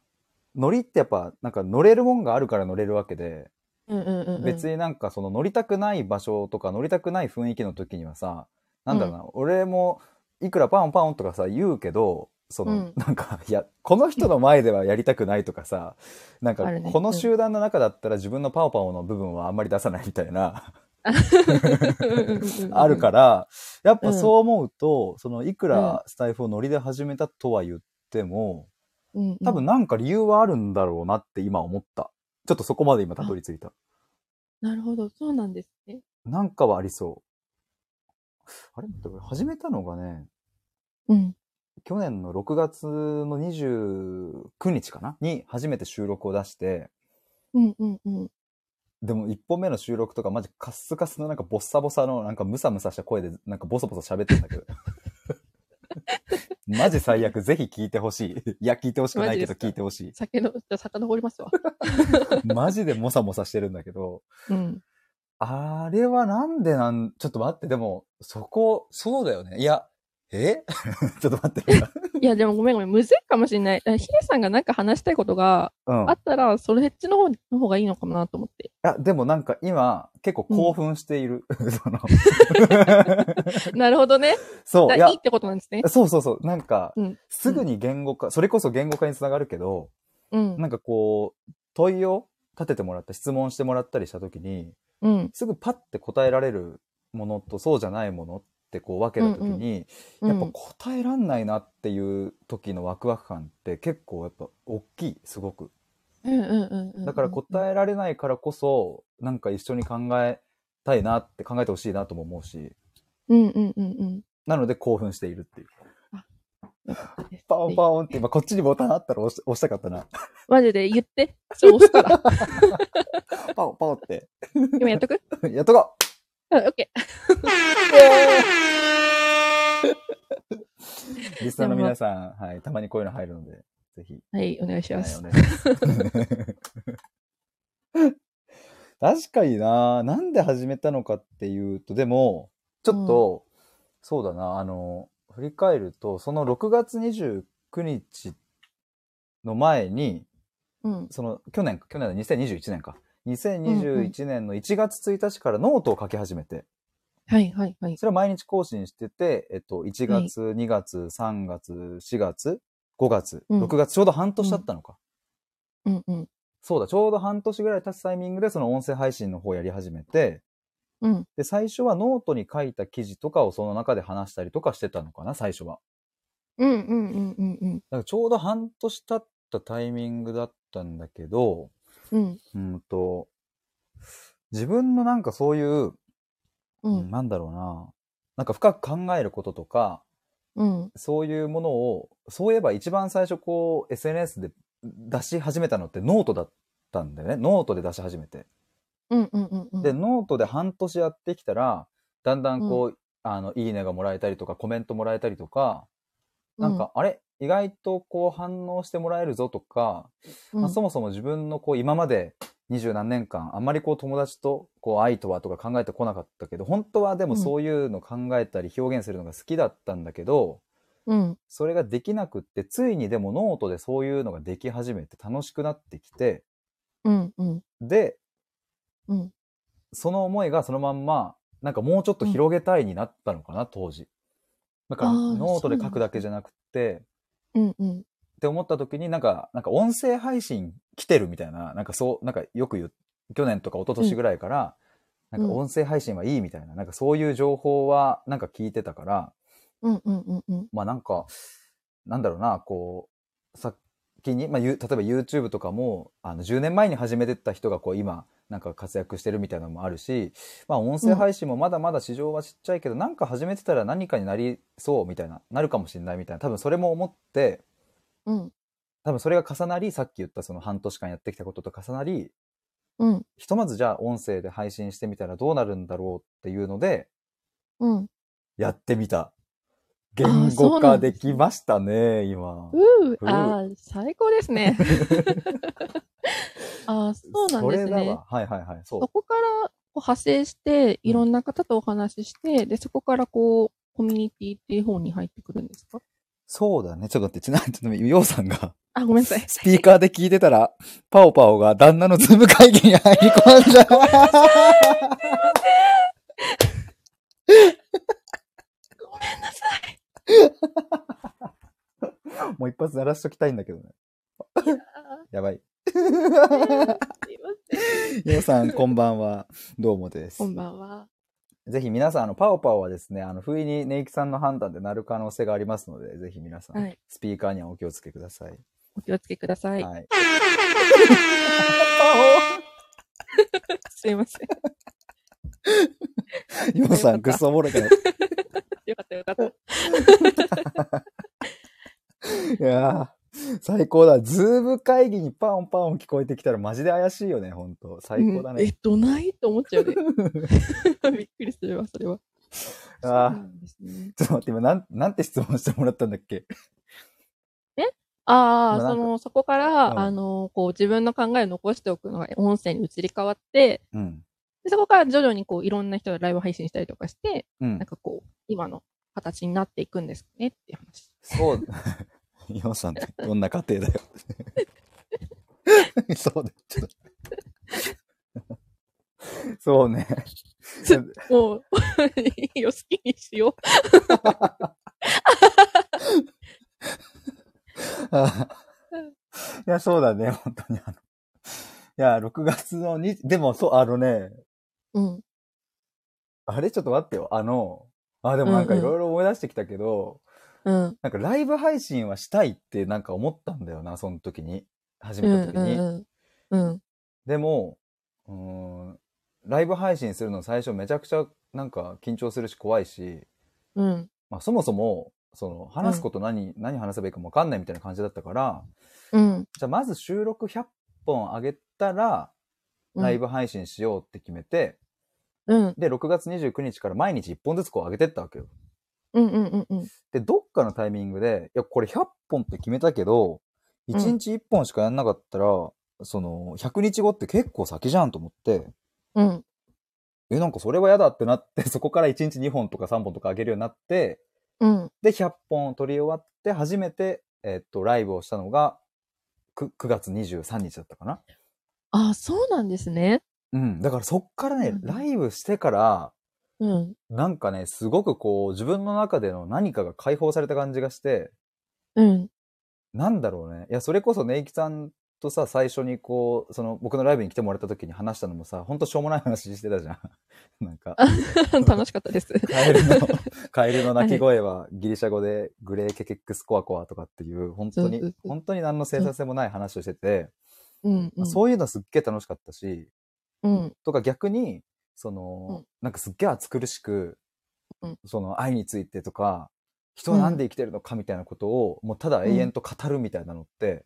[SPEAKER 1] ノリってやっぱ、なんか乗れるもんがあるから乗れるわけで、
[SPEAKER 2] うんうんうんうん。
[SPEAKER 1] 別になんかその乗りたくない場所とか乗りたくない雰囲気の時にはさなんだろうな、俺もいくらパンパンとかさ言うけどその、
[SPEAKER 2] うん
[SPEAKER 1] なんかいやこの人の前ではやりたくないとかさなんか
[SPEAKER 2] あるね。
[SPEAKER 1] この集団の中だったら自分のパオパオの部分はあんまり出さないみたいな、 [LAUGHS] あるかららやっぱそう思うと、そのいくらスタイフをノリで始めたとは言っても
[SPEAKER 2] うんうん
[SPEAKER 1] 多分なんか理由はあるんだろうなって今思ったちょっとそこまで今たどり着いた。
[SPEAKER 2] なるほど、そうなんですね。
[SPEAKER 1] なんかはありそう。あれ待って、俺始めたのがね、
[SPEAKER 2] うん。
[SPEAKER 1] 去年の6月の29日かなに初めて収録を出して、
[SPEAKER 2] うんうんうん。
[SPEAKER 1] でも1本目の収録とかマジカッスカスのなんかボッサボサのなんかムサムサした声でなんかボソボソ喋ってん
[SPEAKER 2] [LAUGHS]
[SPEAKER 1] だけど。マジ最悪。ぜひ聞いてほしい。いや、聞いてほしくないけど
[SPEAKER 2] マジですか
[SPEAKER 1] 聞いてほしい。
[SPEAKER 2] 酒の、じゃあ遡りますわ。 [LAUGHS]
[SPEAKER 1] マジでモサモサしてるんだけど。
[SPEAKER 2] うん。
[SPEAKER 1] あれはなんでなん、ちょっと待って、でも、そこ、そうだよね。いや、え [LAUGHS] ちょっと待って。
[SPEAKER 2] いや、でもごめんごめん、むずいかもしれない。あヒデさんがなんか話したいことが
[SPEAKER 1] うん
[SPEAKER 2] あったら、それっちの方の方がいいのかもなと思
[SPEAKER 1] [LAUGHS]
[SPEAKER 2] って。
[SPEAKER 1] いや、でもなんか今、結構興奮して
[SPEAKER 2] [LAUGHS]
[SPEAKER 1] いる。その
[SPEAKER 2] なるほどね。
[SPEAKER 1] [LAUGHS] そ
[SPEAKER 2] だ
[SPEAKER 1] う、い
[SPEAKER 2] いい
[SPEAKER 1] や
[SPEAKER 2] っ、てことなんですね。
[SPEAKER 1] そうそうそう、なんか
[SPEAKER 2] うん、
[SPEAKER 1] すぐに言語化、それこそ言語化につながるけど、
[SPEAKER 2] うん。
[SPEAKER 1] なんかこう、問いを立ててもらった、質問してもらったりしたときに、
[SPEAKER 2] うん。
[SPEAKER 1] すぐパッて答えられるものとそうじゃないものってこう分けたときに、
[SPEAKER 2] う
[SPEAKER 1] やっぱ
[SPEAKER 2] ん。
[SPEAKER 1] 答えらんないなっていう時のワクワク感って結構やっぱ大きい、すごく。
[SPEAKER 2] うんうんうんうん。
[SPEAKER 1] だから答えられないからこそ、なんか一緒に考えたいなって考えてほしいなとも思うし、
[SPEAKER 2] うんうんうんうん。
[SPEAKER 1] なので興奮しているっていう。パオン
[SPEAKER 2] ン。
[SPEAKER 1] パオンって今こっちにボタンあったら押し押したかったな。
[SPEAKER 2] マジで言って。
[SPEAKER 1] [LAUGHS]
[SPEAKER 2] そう、押すから。
[SPEAKER 1] パオンパオンって。
[SPEAKER 2] 今やっとく
[SPEAKER 1] やっとこ
[SPEAKER 2] うん、オッケー。
[SPEAKER 1] うリスナーの皆さん、はい、たまにこういうの入るので、ぜひ。
[SPEAKER 2] はい、お願いし
[SPEAKER 1] はい
[SPEAKER 2] ま
[SPEAKER 1] お
[SPEAKER 2] す。
[SPEAKER 1] 願いします確かにななんで始めたのかっていうと、でも、ちょっと、そうだな、あの、振り返ると、その6月29日の前に、
[SPEAKER 2] うん。
[SPEAKER 1] その去年か、去年の2021年か。2021年の1月1日からノートを書き始めて、
[SPEAKER 2] はいはいはい。
[SPEAKER 1] それは毎日更新してて、えっと、1月、2月、3月、4月、5月、
[SPEAKER 2] うん
[SPEAKER 1] 6月、ちょうど半年だったのか。
[SPEAKER 2] うんうん。
[SPEAKER 1] そうだ、ちょうど半年ぐらい経つタイミングでその音声配信の方をやり始めて、
[SPEAKER 2] うん。
[SPEAKER 1] で、最初はノートに書いた記事とかをその中で話したりとかしてたのかな、最初は。
[SPEAKER 2] うんうんうんうんうん。
[SPEAKER 1] だからちょうど半年経ったタイミングだったんだけど、
[SPEAKER 2] うん。
[SPEAKER 1] うんと、自分のなんかそういう、
[SPEAKER 2] うん。
[SPEAKER 1] なんだろうな。なんか深く考えることとか、
[SPEAKER 2] うん。
[SPEAKER 1] そういうものを、そういえば一番最初こう SNS で出し始めたのってノートだったんだよね。ノートで出し始めて。
[SPEAKER 2] うんうんうんうん。
[SPEAKER 1] で、ノートで半年やってきたら、だんだんこう、あの、いいねがもらえたりとか、コメントもらえたりとか、なんか、あれ意外とこう反応してもらえるぞとか、
[SPEAKER 2] うん、
[SPEAKER 1] まあ、そ
[SPEAKER 2] も
[SPEAKER 1] もそも自分のこう今まで二十何年間あんまりこう友達とこう愛とはとか考えてこなかったけど本当はでも
[SPEAKER 2] うん
[SPEAKER 1] そういうの考えたり表現するのが好きだったんだけど、
[SPEAKER 2] うん。
[SPEAKER 1] それができなくってついにでもノートでそういうのができ始めて楽しくなってきて
[SPEAKER 2] うんうん
[SPEAKER 1] で
[SPEAKER 2] うん。
[SPEAKER 1] その思いがそのまんまなんかもうちょっと広げたいになったのかな、当時。だから
[SPEAKER 2] あー
[SPEAKER 1] ノートで
[SPEAKER 2] そ
[SPEAKER 1] 書
[SPEAKER 2] うなんだ
[SPEAKER 1] くだけじゃなくて
[SPEAKER 2] うんうん。
[SPEAKER 1] って思った時になんか、なんか音声配信来てるみたいな、なんかそう、なんかよく言う、去年とか一昨年ぐらいから、
[SPEAKER 2] うん
[SPEAKER 1] なんか音声配信はいいみたいな、なんかそういう情報はなんか聞いてたから、
[SPEAKER 2] うんうんうんうん。
[SPEAKER 1] まあなんか、なんだろうな、こう、先に、まあ、ゆ例えば YouTube とかも、あの、10年前に始めてた人がこう今、なんか活躍してるみたいなのもあるし、まあ音声配信もまだまだ市場はちっちゃいけど、なんか始めてたら何かになりそうみたいな、なるかもしれないみたいな、多分それも思って、
[SPEAKER 2] うん
[SPEAKER 1] 多分それが重なり、さっき言ったその半年間やってきたことと重なり、
[SPEAKER 2] うん
[SPEAKER 1] ひとまずじゃあ音声で配信してみたらどうなるんだろうっていうので、
[SPEAKER 2] うん。
[SPEAKER 1] やってみた。
[SPEAKER 2] ー
[SPEAKER 1] 言
[SPEAKER 2] そ
[SPEAKER 1] 語
[SPEAKER 2] うな
[SPEAKER 1] 化
[SPEAKER 2] んで
[SPEAKER 1] です
[SPEAKER 2] ね
[SPEAKER 1] きましたね、今。
[SPEAKER 2] うー、
[SPEAKER 1] ー
[SPEAKER 2] ああ、最高ですね。 [LAUGHS] ああ、そうなんです
[SPEAKER 1] それだ
[SPEAKER 2] ね
[SPEAKER 1] わ。。はいはいはい。そう
[SPEAKER 2] そ。こからこう派生して、いろんな方とお話しして、で、そこからこう、コミュニティっていう方に入ってくるんですか
[SPEAKER 1] そうだね。ちょっと待って、ちなちょっと待って、ようさんが、
[SPEAKER 2] あ、ごめんなさい。
[SPEAKER 1] スピーカーで聞いてたら、パオパオが旦那のズーム会議に入り込んだ。もう一発鳴らしときたいんだけどね。や
[SPEAKER 2] [LAUGHS]
[SPEAKER 1] ばい。
[SPEAKER 2] すいません
[SPEAKER 1] ようさん、こんばんは。どうもです
[SPEAKER 2] こ。んばんは。
[SPEAKER 1] ぜひ皆さん、あの、パオパオはですね、あの、不意にネイキさんの判断でなる可能性がありますので、ぜひ皆さん、
[SPEAKER 2] はい
[SPEAKER 1] スピーカーにはお気をつけください。
[SPEAKER 2] お気をつけください。 [LAUGHS]
[SPEAKER 1] はい。
[SPEAKER 2] すいません。
[SPEAKER 1] ようさ
[SPEAKER 2] よ
[SPEAKER 1] ん、
[SPEAKER 2] か
[SPEAKER 1] ぐ
[SPEAKER 2] った
[SPEAKER 1] っそおもろくない。
[SPEAKER 2] よかったよかった。
[SPEAKER 1] いやー、最高だ。ズーム会議にパンパン聞こえてきたらマジで怪しいよね、ほんと。最高だ
[SPEAKER 2] うんえ
[SPEAKER 1] ね。、
[SPEAKER 2] どないと思っ [LAUGHS] ちゃうね。びっくりするわ、それは。そう
[SPEAKER 1] あー
[SPEAKER 2] なんですね
[SPEAKER 1] ちょっと待って、今、なん、なんて質問してもらったんだっけ
[SPEAKER 2] ああ、
[SPEAKER 1] まあなんか
[SPEAKER 2] その、そこか
[SPEAKER 1] うん
[SPEAKER 2] ら、あの、こう、自分の考えを残しておくのが音声に移り変わって、
[SPEAKER 1] うん。
[SPEAKER 2] でそこから徐々にこう、いろんな人がライブ配信したりとかして、
[SPEAKER 1] うん
[SPEAKER 2] なん。かこう、今の形になっていくんですねっていう話。
[SPEAKER 1] そう。 [LAUGHS] ようさんってどんな家庭だよ。 [LAUGHS] そうだ、ちょっと。そうね。
[SPEAKER 2] もう、いいよ、好きにしよう。
[SPEAKER 1] あいや、そうだね、本当に。あのいや、6月のに、でも、そう、あのね、
[SPEAKER 2] うん。
[SPEAKER 1] あれちょっと待ってよ。あの、あ、でもなんか
[SPEAKER 2] う
[SPEAKER 1] い
[SPEAKER 2] んうん
[SPEAKER 1] ろいろ思い出してきたけど、
[SPEAKER 2] うん。
[SPEAKER 1] なんかライブ配信はしたいってなんか思ったんだよな、その時に。始
[SPEAKER 2] うん。
[SPEAKER 1] めた
[SPEAKER 2] う
[SPEAKER 1] 時に。
[SPEAKER 2] ん。うん。
[SPEAKER 1] でも、うーん、ライブ配信するの最初めちゃくちゃなんか緊張するし怖いし、
[SPEAKER 2] うん。
[SPEAKER 1] まあそもそも、その話すこと何、何話せばいいかもわかんないみたいな感じだったから、
[SPEAKER 2] うん。
[SPEAKER 1] じゃあまず収録100本上げたら、ライブ配信しようって決めて、
[SPEAKER 2] うん。
[SPEAKER 1] で、6月29日から毎日1本ずつこう上げてったわけよ。
[SPEAKER 2] うん。うん。うん。うん。
[SPEAKER 1] で、どっかのタイミングで、いや、これ100本って決めたけど、
[SPEAKER 2] ん
[SPEAKER 1] 1日1本しかやんなかったら、その、100日後って結構先じゃんと思って、
[SPEAKER 2] うん。
[SPEAKER 1] え、なんかそれは嫌だってなって、 [LAUGHS] そこから1日2本とか3本とか上げるようになって、
[SPEAKER 2] うん。
[SPEAKER 1] で、100本撮り終わって、初めて、えっと、ライブをしたのが9、9月23日だったかな。
[SPEAKER 2] ああ、そうなんですね。
[SPEAKER 1] うん。だからそっからね
[SPEAKER 2] う、ん
[SPEAKER 1] ライブしてから、
[SPEAKER 2] うん。
[SPEAKER 1] なんかね、すごくこう、自分の中での何かが解放された感じがして、
[SPEAKER 2] うん。 [LAUGHS]
[SPEAKER 1] なんだろうね。いや、それこそネイキさんとさ、最初にこう、その、僕のライブに来てもらった時に話したのもさ、ほんとしょうもない話してたじゃん。 [LAUGHS] なんか、
[SPEAKER 2] 楽しかったです。
[SPEAKER 1] カエルの、
[SPEAKER 2] [LAUGHS]
[SPEAKER 1] カエルの鳴き声はギリシャ語でグレーケケックスコアコアとかっていう、本当
[SPEAKER 2] そうそ
[SPEAKER 1] に
[SPEAKER 2] うそ、う
[SPEAKER 1] 本当に何の生産性もない話をしてて、
[SPEAKER 2] うん。
[SPEAKER 1] [LAUGHS] まあそういうのすっげえ楽しかったし、
[SPEAKER 2] うん。
[SPEAKER 1] とか逆に、その、
[SPEAKER 2] うん
[SPEAKER 1] なんかすっげえ暑苦しく、
[SPEAKER 2] うん
[SPEAKER 1] その愛についてとか、人はなんで生きてるのかみたいなことを、もうただ永遠と語るみたいなのって、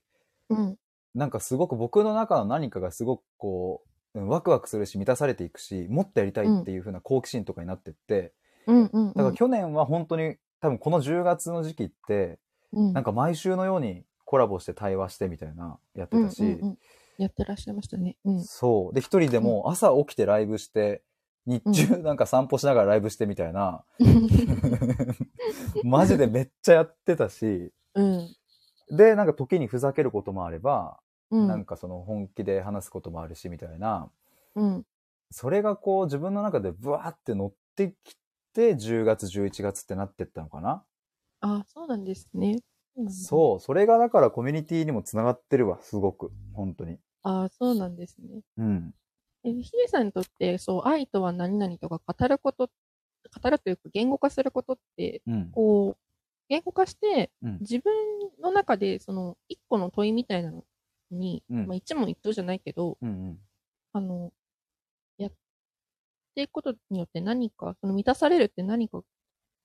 [SPEAKER 2] うん。
[SPEAKER 1] なんかすごく僕の中の何かがすごくこう、うんワクワクするし満たされていくし、もっとやりたいっていう風な好奇心とかになってって、
[SPEAKER 2] うん。うん。
[SPEAKER 1] だから去年は本当に多分この10月の時期って、
[SPEAKER 2] うん
[SPEAKER 1] なんか毎週のようにコラボして対話してみたいなやってたし、
[SPEAKER 2] うんうんうんやってらっしゃいましたね。
[SPEAKER 1] [LAUGHS]
[SPEAKER 2] うん。
[SPEAKER 1] そう。で、一人でも朝起きてライブして、日中なんか散歩しながらライブしてみたいな、 [LAUGHS] マジでめっちゃやってたし、
[SPEAKER 2] うん。
[SPEAKER 1] で、なんか時にふざけることもあれば、
[SPEAKER 2] うん。
[SPEAKER 1] なんかその本気で話すこともあるしみたいな、
[SPEAKER 2] うん。
[SPEAKER 1] それがこう自分の中でブワーって乗ってきて10月11月ってなってったのかな、
[SPEAKER 2] あ、そうなんですね。う。
[SPEAKER 1] そうそれがだからコミュニティにもつながってるわすごく本当に
[SPEAKER 2] あ、そうなんですね。
[SPEAKER 1] うん
[SPEAKER 2] え、ヒデさんにとって、そう、愛とは何々とか語ること、語るというか言語化することって、
[SPEAKER 1] うん
[SPEAKER 2] こう、言語化して、
[SPEAKER 1] うん
[SPEAKER 2] 自分の中で、その、一個の問いみたいなのに、
[SPEAKER 1] うん
[SPEAKER 2] まあ、一問一答じゃないけど、
[SPEAKER 1] うんうん
[SPEAKER 2] あの、やっていくことによって何か、その満たされるって何か、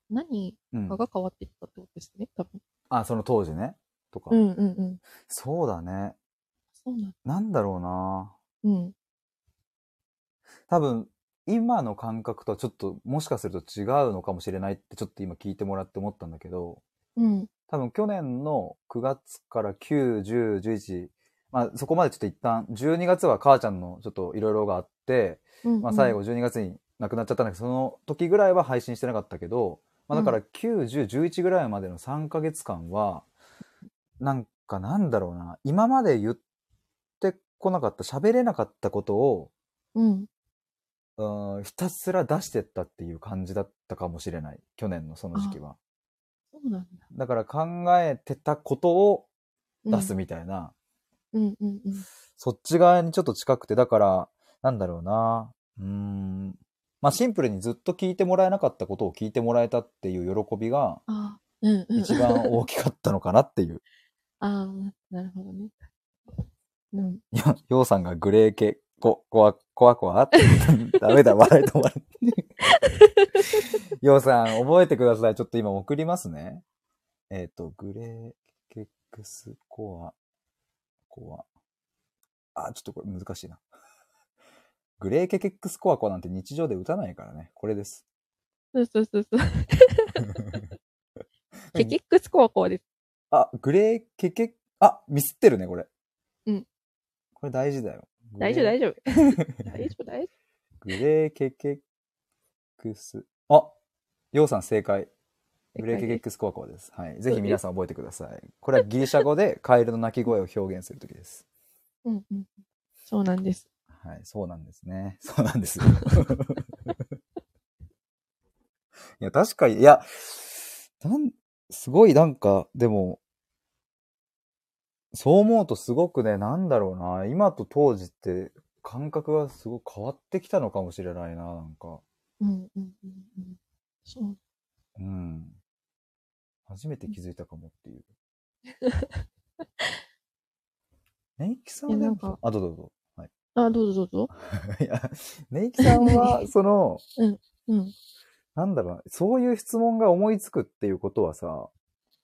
[SPEAKER 2] 何
[SPEAKER 1] うん
[SPEAKER 2] かが変わっていったってことですね、多分。
[SPEAKER 1] あその当時ねとか、
[SPEAKER 2] うんうんうん。
[SPEAKER 1] そうだね
[SPEAKER 2] そうなん
[SPEAKER 1] なんだろうな
[SPEAKER 2] うん。
[SPEAKER 1] 多分今の感覚とはちょっともしかすると違うのかもしれないってちょっと今聞いてもらって思ったんだけど
[SPEAKER 2] うん。
[SPEAKER 1] 多分去年の9月から9、10、11、まあそこまでちょっと一旦、12月は母ちゃんのちょっといろいろがあって、
[SPEAKER 2] うん。
[SPEAKER 1] まあ最後12月に亡くなっちゃったんだけど、その時ぐらいは配信してなかったけど、まあ、だから9、10、11ぐらいまでの3ヶ月間は、なんかなんだろうな、今まで言ってこなかった、喋れなかったことを、
[SPEAKER 2] うん。
[SPEAKER 1] うんひたすら出してったっていう感じだったかもしれない。去年のその時期は。
[SPEAKER 2] そうなんだ。
[SPEAKER 1] だから考えてたことを出す
[SPEAKER 2] うん
[SPEAKER 1] みたいな、
[SPEAKER 2] うんうんうん。
[SPEAKER 1] そっち側にちょっと近くて、だから、なんだろうな。うーん。まあシンプルにずっと聞いてもらえなかったことを聞いてもらえたっていう喜びが
[SPEAKER 2] あーうんうん。
[SPEAKER 1] 一番大きかったのかなっていう。
[SPEAKER 2] ああ、なるほどね。うん。
[SPEAKER 1] いや、 [LAUGHS] ようさんがグレー系、こ、こわ、こわこわって言った。ダメだ、笑い止まる。ようさん、覚えてください。ちょっと今送りますね。えっ、と、グレーケックスコア、コア。あ、ちょっとこれ難しいな。グレーケケックスコアコアなんて日常で打たないからね。これ
[SPEAKER 2] [LAUGHS]
[SPEAKER 1] です。
[SPEAKER 2] そうそうそうそう。
[SPEAKER 1] [LAUGHS]
[SPEAKER 2] ケケックス高校です。
[SPEAKER 1] あ、グレーケケッ、あ、ミスってるね、これ。
[SPEAKER 2] うん。
[SPEAKER 1] これ大事だよ。 [LAUGHS]
[SPEAKER 2] 大丈夫、大
[SPEAKER 1] 丈
[SPEAKER 2] 丈夫。大丈夫、大丈
[SPEAKER 1] グレーケケックス。あようさん正解。
[SPEAKER 2] 正解です
[SPEAKER 1] グレーケケックスコアコアです。はい。ぜひ皆さん覚えてください。これはギリシャ語 [LAUGHS] でカエルの鳴き声を表現するときです。
[SPEAKER 2] 夫。うんうん。そうなんです。
[SPEAKER 1] はい。そうなんですね。そうなん [LAUGHS] ですよ。いや、確かに、いや、なん、すごいなんか、でも、そう思うとすごくね、なんだろうな、今と当時って感覚がすごい変わってきたのかもしれないな、なんか。
[SPEAKER 2] うんうんうんうん。そう。
[SPEAKER 1] うん。初めて気づいたかもって
[SPEAKER 2] [LAUGHS]
[SPEAKER 1] いう。ネイキさんはい
[SPEAKER 2] や
[SPEAKER 1] で
[SPEAKER 2] なんか
[SPEAKER 1] も、あ、どうぞどうぞ。 [LAUGHS] はい。
[SPEAKER 2] あ、どうぞどうぞ。
[SPEAKER 1] いや、ネイキさんは、そ
[SPEAKER 2] [LAUGHS]
[SPEAKER 1] の、
[SPEAKER 2] うん。
[SPEAKER 1] なんだろうな、そういう質問が思いつくっていうことはさ、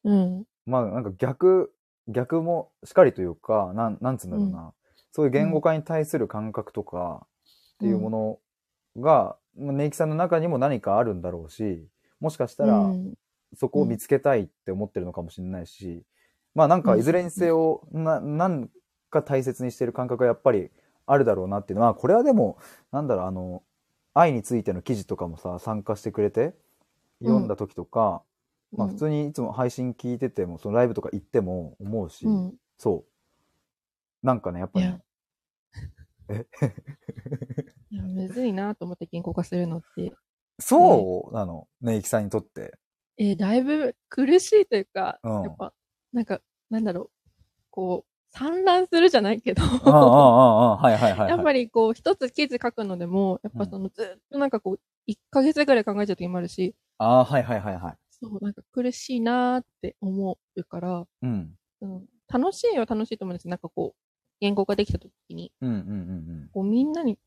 [SPEAKER 2] うん。
[SPEAKER 1] まあなんか逆、逆もしかりというか、なん、なんつうんだろうな、そういう言語化に対する感覚とかっていうものが、まあネイキさんの中にも何かあるんだろうし、もしかしたら、
[SPEAKER 2] うん
[SPEAKER 1] そこを見つけたいって思ってるのかもしれないし、まあなんかいずれにせよ、な、なんか大切にしてる感覚がやっぱりあるだろうなっていうのは、これはでも、なんだろう、あの、愛についての記事とかもさ、参加してくれて、読んだ時とか、まあ普通にいつも配信聞いてても、そのライブとか行っても思うし、
[SPEAKER 2] うん。
[SPEAKER 1] そう。なんかね、やっぱり、ね、
[SPEAKER 2] [LAUGHS] いや、むずいなと思って言語化するのって。
[SPEAKER 1] そうなの、ねいきさんにと
[SPEAKER 2] [LAUGHS]
[SPEAKER 1] って。
[SPEAKER 2] えーだいぶ苦しいというか、
[SPEAKER 1] うん
[SPEAKER 2] やっぱ、なんか、なんだろう。こう、散乱するじゃないけど。
[SPEAKER 1] ああ、ああ、ああ、はいはいはい、はい。
[SPEAKER 2] [LAUGHS] やっぱりこう、一つ記事書くのでも、やっぱそのずっとなんかこう、1ヶ月ぐらい考えちゃう時もあるし、
[SPEAKER 1] ああ、はいはいはいはい。
[SPEAKER 2] そう、なんか苦しいなーって思うから、
[SPEAKER 1] うん。
[SPEAKER 2] うん、楽しいは楽しいと思うんですよなんかこう、言語化できた時に、
[SPEAKER 1] うんうんうんうん。
[SPEAKER 2] こうみんなに、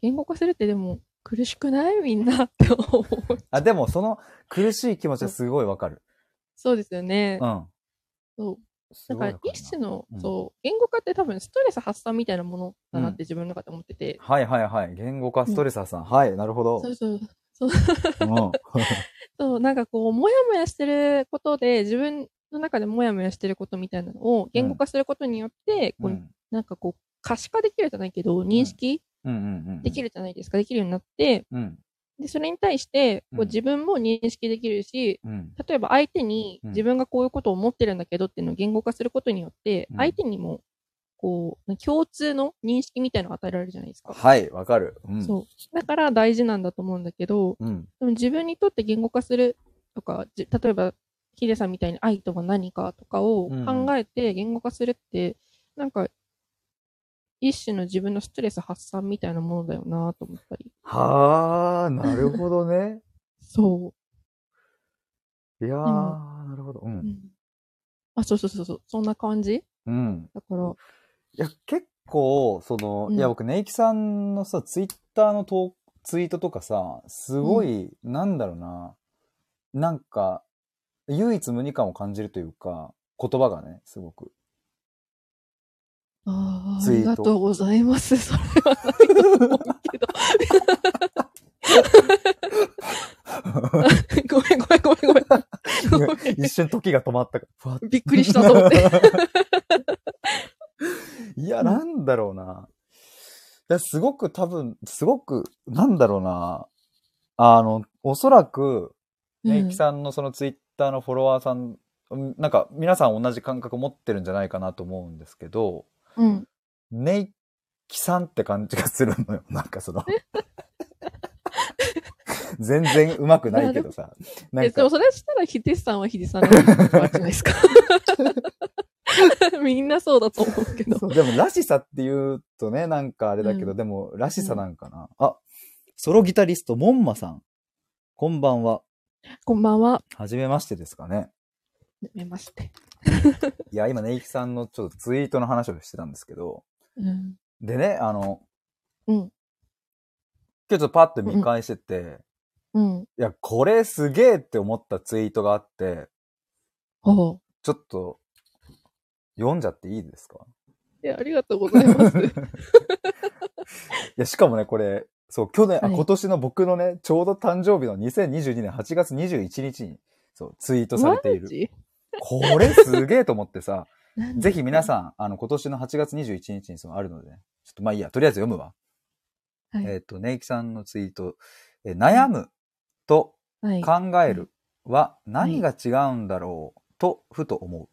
[SPEAKER 2] 言語化するってでも苦しくないみんなって思う。 [LAUGHS]
[SPEAKER 1] あ、でもその苦しい気持ちはすごいわかる。
[SPEAKER 2] そうですよね
[SPEAKER 1] う。ん。
[SPEAKER 2] そう。
[SPEAKER 1] す
[SPEAKER 2] だ
[SPEAKER 1] ご
[SPEAKER 2] か
[SPEAKER 1] い
[SPEAKER 2] ら
[SPEAKER 1] わかる
[SPEAKER 2] 一種の、
[SPEAKER 1] うん
[SPEAKER 2] そう、言語化って多分ストレス発散みたいなものだなっ
[SPEAKER 1] うん
[SPEAKER 2] て自分の中で思ってて、
[SPEAKER 1] はいはいはい。言語化ストレス発散。はい、なるほど。
[SPEAKER 2] そううそう、 [LAUGHS]
[SPEAKER 1] ん。
[SPEAKER 2] そう、なんかこう、もやもやしてることで、自分の中でもやもやしてることみたいなのを言語化することによって、
[SPEAKER 1] う
[SPEAKER 2] こうんなんかこう、可視化できるじゃないけど、認識
[SPEAKER 1] うんうんうん。
[SPEAKER 2] できるじゃないですか、できるようになって、
[SPEAKER 1] うん。
[SPEAKER 2] で、それに対して、こ
[SPEAKER 1] う
[SPEAKER 2] うん自分も認識できるし、
[SPEAKER 1] うん。
[SPEAKER 2] 例えば相手に
[SPEAKER 1] うん
[SPEAKER 2] 自分がこういうことを思ってるんだけどっていうのを言語化することによって
[SPEAKER 1] う、ん
[SPEAKER 2] 相手にも、こう、共通の認識みたいなのを与えられるじゃないですか。
[SPEAKER 1] はい、わかる。うん。
[SPEAKER 2] そう。だから大事なんだと思うんだけど、
[SPEAKER 1] うん。
[SPEAKER 2] でも自分にとって言語化するとか、じ例えば、ヒデさんみたいに愛とは何かとかを
[SPEAKER 1] うんうん
[SPEAKER 2] 考えて言語化するって、なんか、一種の自分のストレス発散みたいなものだよなと思ったり。
[SPEAKER 1] はあ、なるほどね。
[SPEAKER 2] そ
[SPEAKER 1] いやー、
[SPEAKER 2] でも
[SPEAKER 1] なるほど。う。
[SPEAKER 2] う。うんん、あ、そうそうそうそう、そんな感じ
[SPEAKER 1] うん。
[SPEAKER 2] だから、
[SPEAKER 1] いや、結構、その、
[SPEAKER 2] うん
[SPEAKER 1] いや、僕、ネイキさんのさ、ツイッターのとツイートとかさ、すごい、なんだろうな、なんか、唯一無二感を感じるというか、言葉がね、すごく。
[SPEAKER 2] ああ、あ
[SPEAKER 1] ツイー
[SPEAKER 2] り
[SPEAKER 1] ト
[SPEAKER 2] がとうございます。 [LAUGHS] それはないと思うけ [LAUGHS] ど。ごめんごめんごめんごめん。ごめん
[SPEAKER 1] 一瞬時が止まったから [LAUGHS] ふわっ
[SPEAKER 2] びっくりしたと思って。 [LAUGHS]
[SPEAKER 1] いや、
[SPEAKER 2] うん
[SPEAKER 1] なんだろうな。いや、すごく多分、すごく、なんだろうな。あの、おそらく、ネイ
[SPEAKER 2] うん
[SPEAKER 1] キさんのそのツイッターのフォロワーさん、うんなんか皆さん同じ感覚持ってるんじゃないかなと思うんですけど、
[SPEAKER 2] うん。
[SPEAKER 1] ネイキさんって感じがするのよ。 [LAUGHS] なんかその。全然うまくないけどさ。な
[SPEAKER 2] え、
[SPEAKER 1] ん
[SPEAKER 2] でも
[SPEAKER 1] か、
[SPEAKER 2] それしたらヒデさんはヒデさんの人じゃないですか。 [LAUGHS] みんなそうだと思うけど。
[SPEAKER 1] そうでも、らしさって言うとね、なんかあれだけど、
[SPEAKER 2] う
[SPEAKER 1] でも、らしさなんかな。あ、ソロギタリスト、モンマさん。こんばんは。
[SPEAKER 2] こんばんは。
[SPEAKER 1] はじめましてですかね。
[SPEAKER 2] 寝まして。
[SPEAKER 1] いや、今、ネイキさんのちょっとツイートの話をしてたんですけど、
[SPEAKER 2] うん。
[SPEAKER 1] でね、あの、
[SPEAKER 2] うん。
[SPEAKER 1] 今日ちょっとパッと見返してて、い
[SPEAKER 2] うん。
[SPEAKER 1] や、これすげえって思ったツイートがあって、
[SPEAKER 2] おう。
[SPEAKER 1] ちょっと、読んじゃっていいですか
[SPEAKER 2] いや、ありがとうございます。 [LAUGHS]
[SPEAKER 1] いや、しかもね、これ、そう、去年、あ、
[SPEAKER 2] はい
[SPEAKER 1] 今年の僕のね、ちょうど誕生日の2022年8月21日に、そう、ツイートされている。
[SPEAKER 2] ジ
[SPEAKER 1] これすげえと思ってさ、
[SPEAKER 2] なん
[SPEAKER 1] ぜひ皆さん、あの、今年の8月21日にそのあるのでね、ちょっとまあいいや、とりあえず読むわ。
[SPEAKER 2] はい
[SPEAKER 1] えっ、と、ネイキさんのツイート、え悩むと
[SPEAKER 2] はい。
[SPEAKER 1] 考えるは何が違うんだろうとふと思う。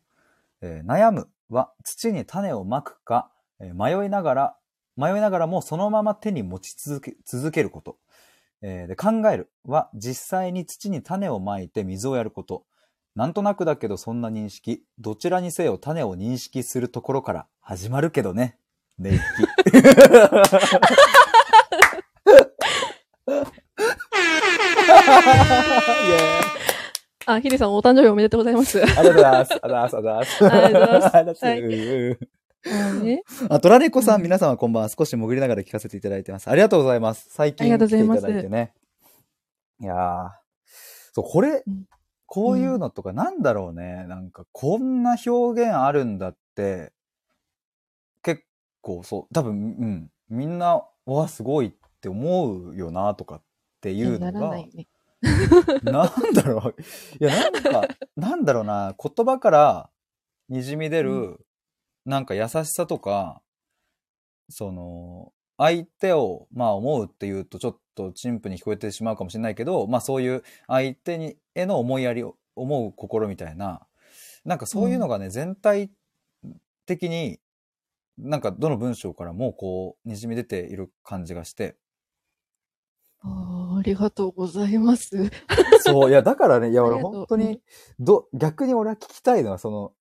[SPEAKER 1] えー悩むは土に種をまくか、えー迷いながら、迷いながらもそのまま手に持ち続け続けること。えーで考えるは実際に土に種をまいて水をやること。なんとなくだけどそんな認識。どちらにせよ種を認識するところから始まるけどね。ねいき。 [LAUGHS] イエーイ
[SPEAKER 2] あ、ヒデさんお誕生日おめでとうござい [LAUGHS] ます。
[SPEAKER 1] ありがとうございます。ありがとうございます。
[SPEAKER 2] ありがとうござ
[SPEAKER 1] います。 [LAUGHS] ありがとうございます。
[SPEAKER 2] [LAUGHS] ね、
[SPEAKER 1] あ、トラネコさ、
[SPEAKER 2] うんん
[SPEAKER 1] 皆様こんばんは。少し潜りながら聞かせていただいてます。ありがとうございます。最近
[SPEAKER 2] ありがと
[SPEAKER 1] 来
[SPEAKER 2] うご
[SPEAKER 1] て
[SPEAKER 2] ざい
[SPEAKER 1] いただ
[SPEAKER 2] ます
[SPEAKER 1] いてね。いやー。そう、これ
[SPEAKER 2] うん、
[SPEAKER 1] こういうのとかなんだろうね。なんか、こんな表現あるんだって、結構そう、多分、うん。みんな、わ、すごいって思うよな、とかっていう
[SPEAKER 2] な
[SPEAKER 1] の
[SPEAKER 2] ら
[SPEAKER 1] が
[SPEAKER 2] な、いね。
[SPEAKER 1] [LAUGHS] なんだろう。いや、なんか、なんだろうな、言葉からにじみ出る、
[SPEAKER 2] う
[SPEAKER 1] なんか優しさとか、その、相手を、まあ思うっていうとちょっと陳腐に聞こえてしまうかもしれないけど、まあそういう相手に、への思いやりを、思う心みたいな、なんかそういうのがね、全体的に、なんかどの文章からもこう、にじみ出ている感じがして、
[SPEAKER 2] あーありがとうございます。
[SPEAKER 1] そう、いや、だからね、いや、
[SPEAKER 2] あ
[SPEAKER 1] 俺
[SPEAKER 2] りがとう
[SPEAKER 1] 本当に、ど、逆に俺は聞きたいのは、その、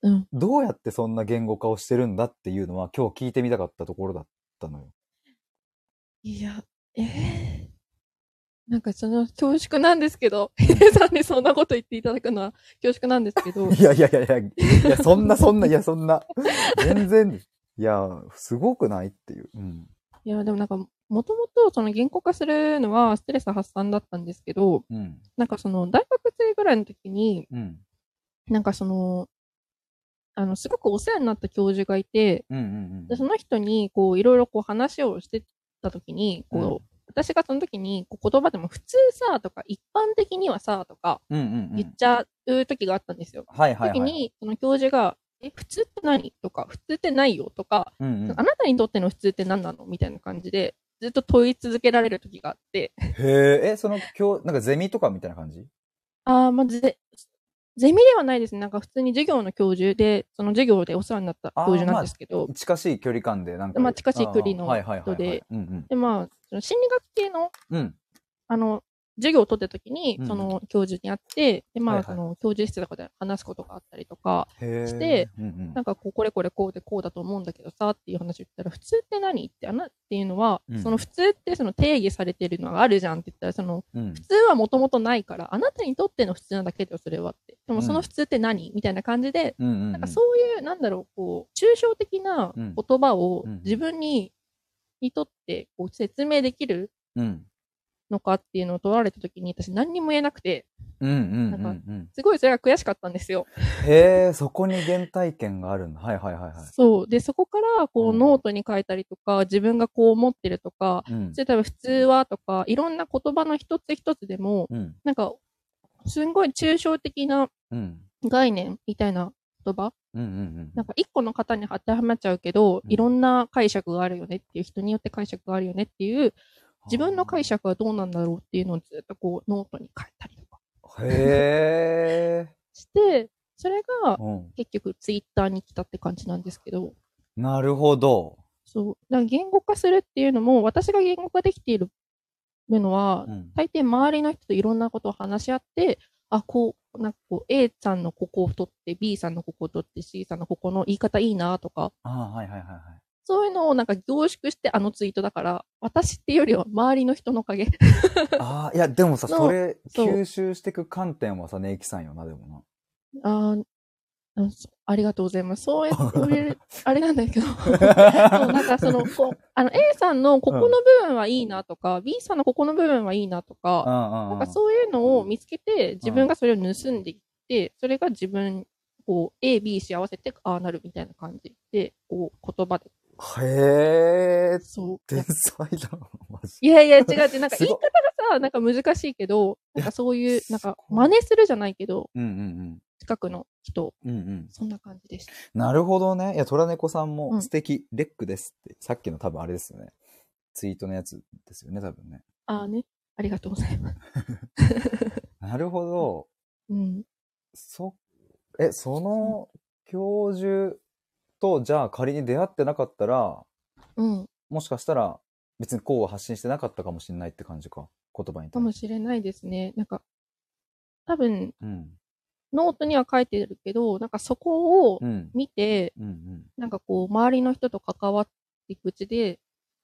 [SPEAKER 2] うん。
[SPEAKER 1] どうやってそんな言語化をしてるんだっていうのは、今日聞いてみたかったところだったのよ。
[SPEAKER 2] いや、ええなんかその、恐縮なんですけ [LAUGHS] ど、ヒデさんにそんなこと言っていただくのは恐縮なんですけど、 [LAUGHS]
[SPEAKER 1] いやいやいやいや、いや、そんなそんな、いや、そんな、全然です、いや、すごくないっていう。うん。
[SPEAKER 2] いや、でもなんか、もともとその言語化するのはストレス発散だったんですけど、
[SPEAKER 1] うん。
[SPEAKER 2] なんかその、大学生ぐらいの時に、
[SPEAKER 1] うん。
[SPEAKER 2] なんかその、あの、すごくお世話になった教授がいて、
[SPEAKER 1] うんうん
[SPEAKER 2] でその人に、こう、いろいろこう話をしてた時に、こう、
[SPEAKER 1] うん
[SPEAKER 2] 私がその時に、こう言葉でも普通さ、とか、一般的にはさ、とか、
[SPEAKER 1] うん。うんうんう
[SPEAKER 2] 言っ
[SPEAKER 1] ん。
[SPEAKER 2] ちゃう時があったんですよ。
[SPEAKER 1] はいはいはい。
[SPEAKER 2] 時に、その教授が、え、普通って何とか、普通ってないよとか、
[SPEAKER 1] うんうん、
[SPEAKER 2] あなたにとっての普通って何なのみたいな感じで、ずっと問い続けられる時があって、
[SPEAKER 1] へえ、え、その今日、なんかゼミとかみたいな感じ
[SPEAKER 2] あー、まあ、ぜゼミではないですね。なんか普通に授業の教授で、その授業でお世話になった教授なんですけど、
[SPEAKER 1] 近しい距離感で、なんか。
[SPEAKER 2] まあ近しい距離の
[SPEAKER 1] あーはいはいはい、
[SPEAKER 2] 人で。
[SPEAKER 1] うんうん。
[SPEAKER 2] で、まあ、その心理学系の、
[SPEAKER 1] うん。
[SPEAKER 2] あの、授業を取った時に
[SPEAKER 1] うん、
[SPEAKER 2] その教授に会って、で、ま
[SPEAKER 1] はい
[SPEAKER 2] あ、
[SPEAKER 1] はい
[SPEAKER 2] その教授室とかで話すことがあったりとか、
[SPEAKER 1] へえ。
[SPEAKER 2] して、
[SPEAKER 1] うんうん
[SPEAKER 2] なんかこう、これこれこうでこうだと思うんだけどさっていう話を言ったら、普通って何って、あなっていうのは、
[SPEAKER 1] うん
[SPEAKER 2] その普通ってその定義されてるのがあるじゃんって言ったら、その
[SPEAKER 1] うん
[SPEAKER 2] 普通はもともとないから、あなたにとっての普通なだけだよ、それはって。で
[SPEAKER 1] う
[SPEAKER 2] も
[SPEAKER 1] ん
[SPEAKER 2] その普通って何、みたいな感じで、
[SPEAKER 1] うんうんうん。
[SPEAKER 2] なんかそういう、なんだろう、こう、抽象的な
[SPEAKER 1] うん
[SPEAKER 2] 言葉を
[SPEAKER 1] うん
[SPEAKER 2] 自分に、にとってこう説明できる
[SPEAKER 1] うん。
[SPEAKER 2] のかっていうのを取られた時に、私何にも言えなくて、
[SPEAKER 1] うんうんうんう
[SPEAKER 2] なん
[SPEAKER 1] うん。
[SPEAKER 2] すごいそれが悔しかったんですよ。
[SPEAKER 1] へえ、そこに原体験があるんだ。はいはいはいは
[SPEAKER 2] そう。で、そこから、こ
[SPEAKER 1] う
[SPEAKER 2] う、
[SPEAKER 1] ん
[SPEAKER 2] ノートに書いたりとか、自分がこう思ってるとか、
[SPEAKER 1] い。うん
[SPEAKER 2] そ。れ多分普通はとか、いろんな言葉の一つ一つでも、
[SPEAKER 1] うん。
[SPEAKER 2] なんか、すんごい抽象的な
[SPEAKER 1] うん。
[SPEAKER 2] 概念みたいな言葉、
[SPEAKER 1] うんうんう
[SPEAKER 2] なん
[SPEAKER 1] ん。
[SPEAKER 2] か一個の方に当てはまっちゃうけど、
[SPEAKER 1] うん
[SPEAKER 2] いろんな解釈があるよねっていう、人によって解釈があるよねっていう、自分の解釈はどうなんだろうっていうのをずっとこう、ノートに書いたりとか、
[SPEAKER 1] へえ。
[SPEAKER 2] して、それが
[SPEAKER 1] うん。
[SPEAKER 2] 結局ツイッターに来たって感じなんですけど、
[SPEAKER 1] なるほど。
[SPEAKER 2] そう。なんか言語化するっていうのも、私が言語化できているのは、
[SPEAKER 1] うん。
[SPEAKER 2] 大抵周りの人といろんなことを話し合って、あ、こう、なんかこう、A さんのここを取って、B さんのここを取って、C さんのここの言い方いいなとか、
[SPEAKER 1] ああ、はいはいはいはい。
[SPEAKER 2] そういうのをなんか凝縮してあのツイートだから、私っていうよりは周りの人のおかげ。
[SPEAKER 1] ああ、いや、でもさ、
[SPEAKER 2] の
[SPEAKER 1] それ、
[SPEAKER 2] そう
[SPEAKER 1] 吸収してく観点はさ、ネイキさんよな、でも
[SPEAKER 2] あーあそうありがとうございます。そういう、そういうあれなんだけど。そう、
[SPEAKER 1] な。
[SPEAKER 2] なんかその、こう、あの、A さんのここの部分はいいなとか、B さんのここの部分はいいなとか、
[SPEAKER 1] な
[SPEAKER 2] なんかそういうのを見つけて、自分がそれを盗んでいって、それが自分、こう、A、B し合わせて、ああなるみたいな感じで、こう、言葉で。
[SPEAKER 1] うん。へえ、
[SPEAKER 2] そう。
[SPEAKER 1] 天才だな、マジ。
[SPEAKER 2] いやいや、違う違う。なんか
[SPEAKER 1] す
[SPEAKER 2] 言い
[SPEAKER 1] ご
[SPEAKER 2] 方がさ、なんか難しいけど、なんかそういう、なんか
[SPEAKER 1] ごい
[SPEAKER 2] 真似するじゃないけど、
[SPEAKER 1] うんうん
[SPEAKER 2] 近くの人、
[SPEAKER 1] うん。うんうん。
[SPEAKER 2] そんな感じでした。
[SPEAKER 1] なるほどね。いや、虎猫さん
[SPEAKER 2] う
[SPEAKER 1] も
[SPEAKER 2] ん
[SPEAKER 1] 素敵、レックですって、さっきの多分あれですよね。ツイートのやつですよね、多分ね。
[SPEAKER 2] ああね。ありがとうございます。
[SPEAKER 1] なるほど。
[SPEAKER 2] うん。
[SPEAKER 1] そ、え、その教授と、じゃあ仮に出会ってなかったら、
[SPEAKER 2] うん。
[SPEAKER 1] もしかしたら別にこうは発信してなかったかもしれないって感じか。言葉に
[SPEAKER 2] か
[SPEAKER 1] 対
[SPEAKER 2] も
[SPEAKER 1] して。
[SPEAKER 2] しれないですね。なんか、多分、
[SPEAKER 1] うん。
[SPEAKER 2] ノートには書いてるけど、なんかそこを
[SPEAKER 1] うん。
[SPEAKER 2] 見て、
[SPEAKER 1] うんうん。
[SPEAKER 2] なんかこう、周りの人と関わっていくうちで、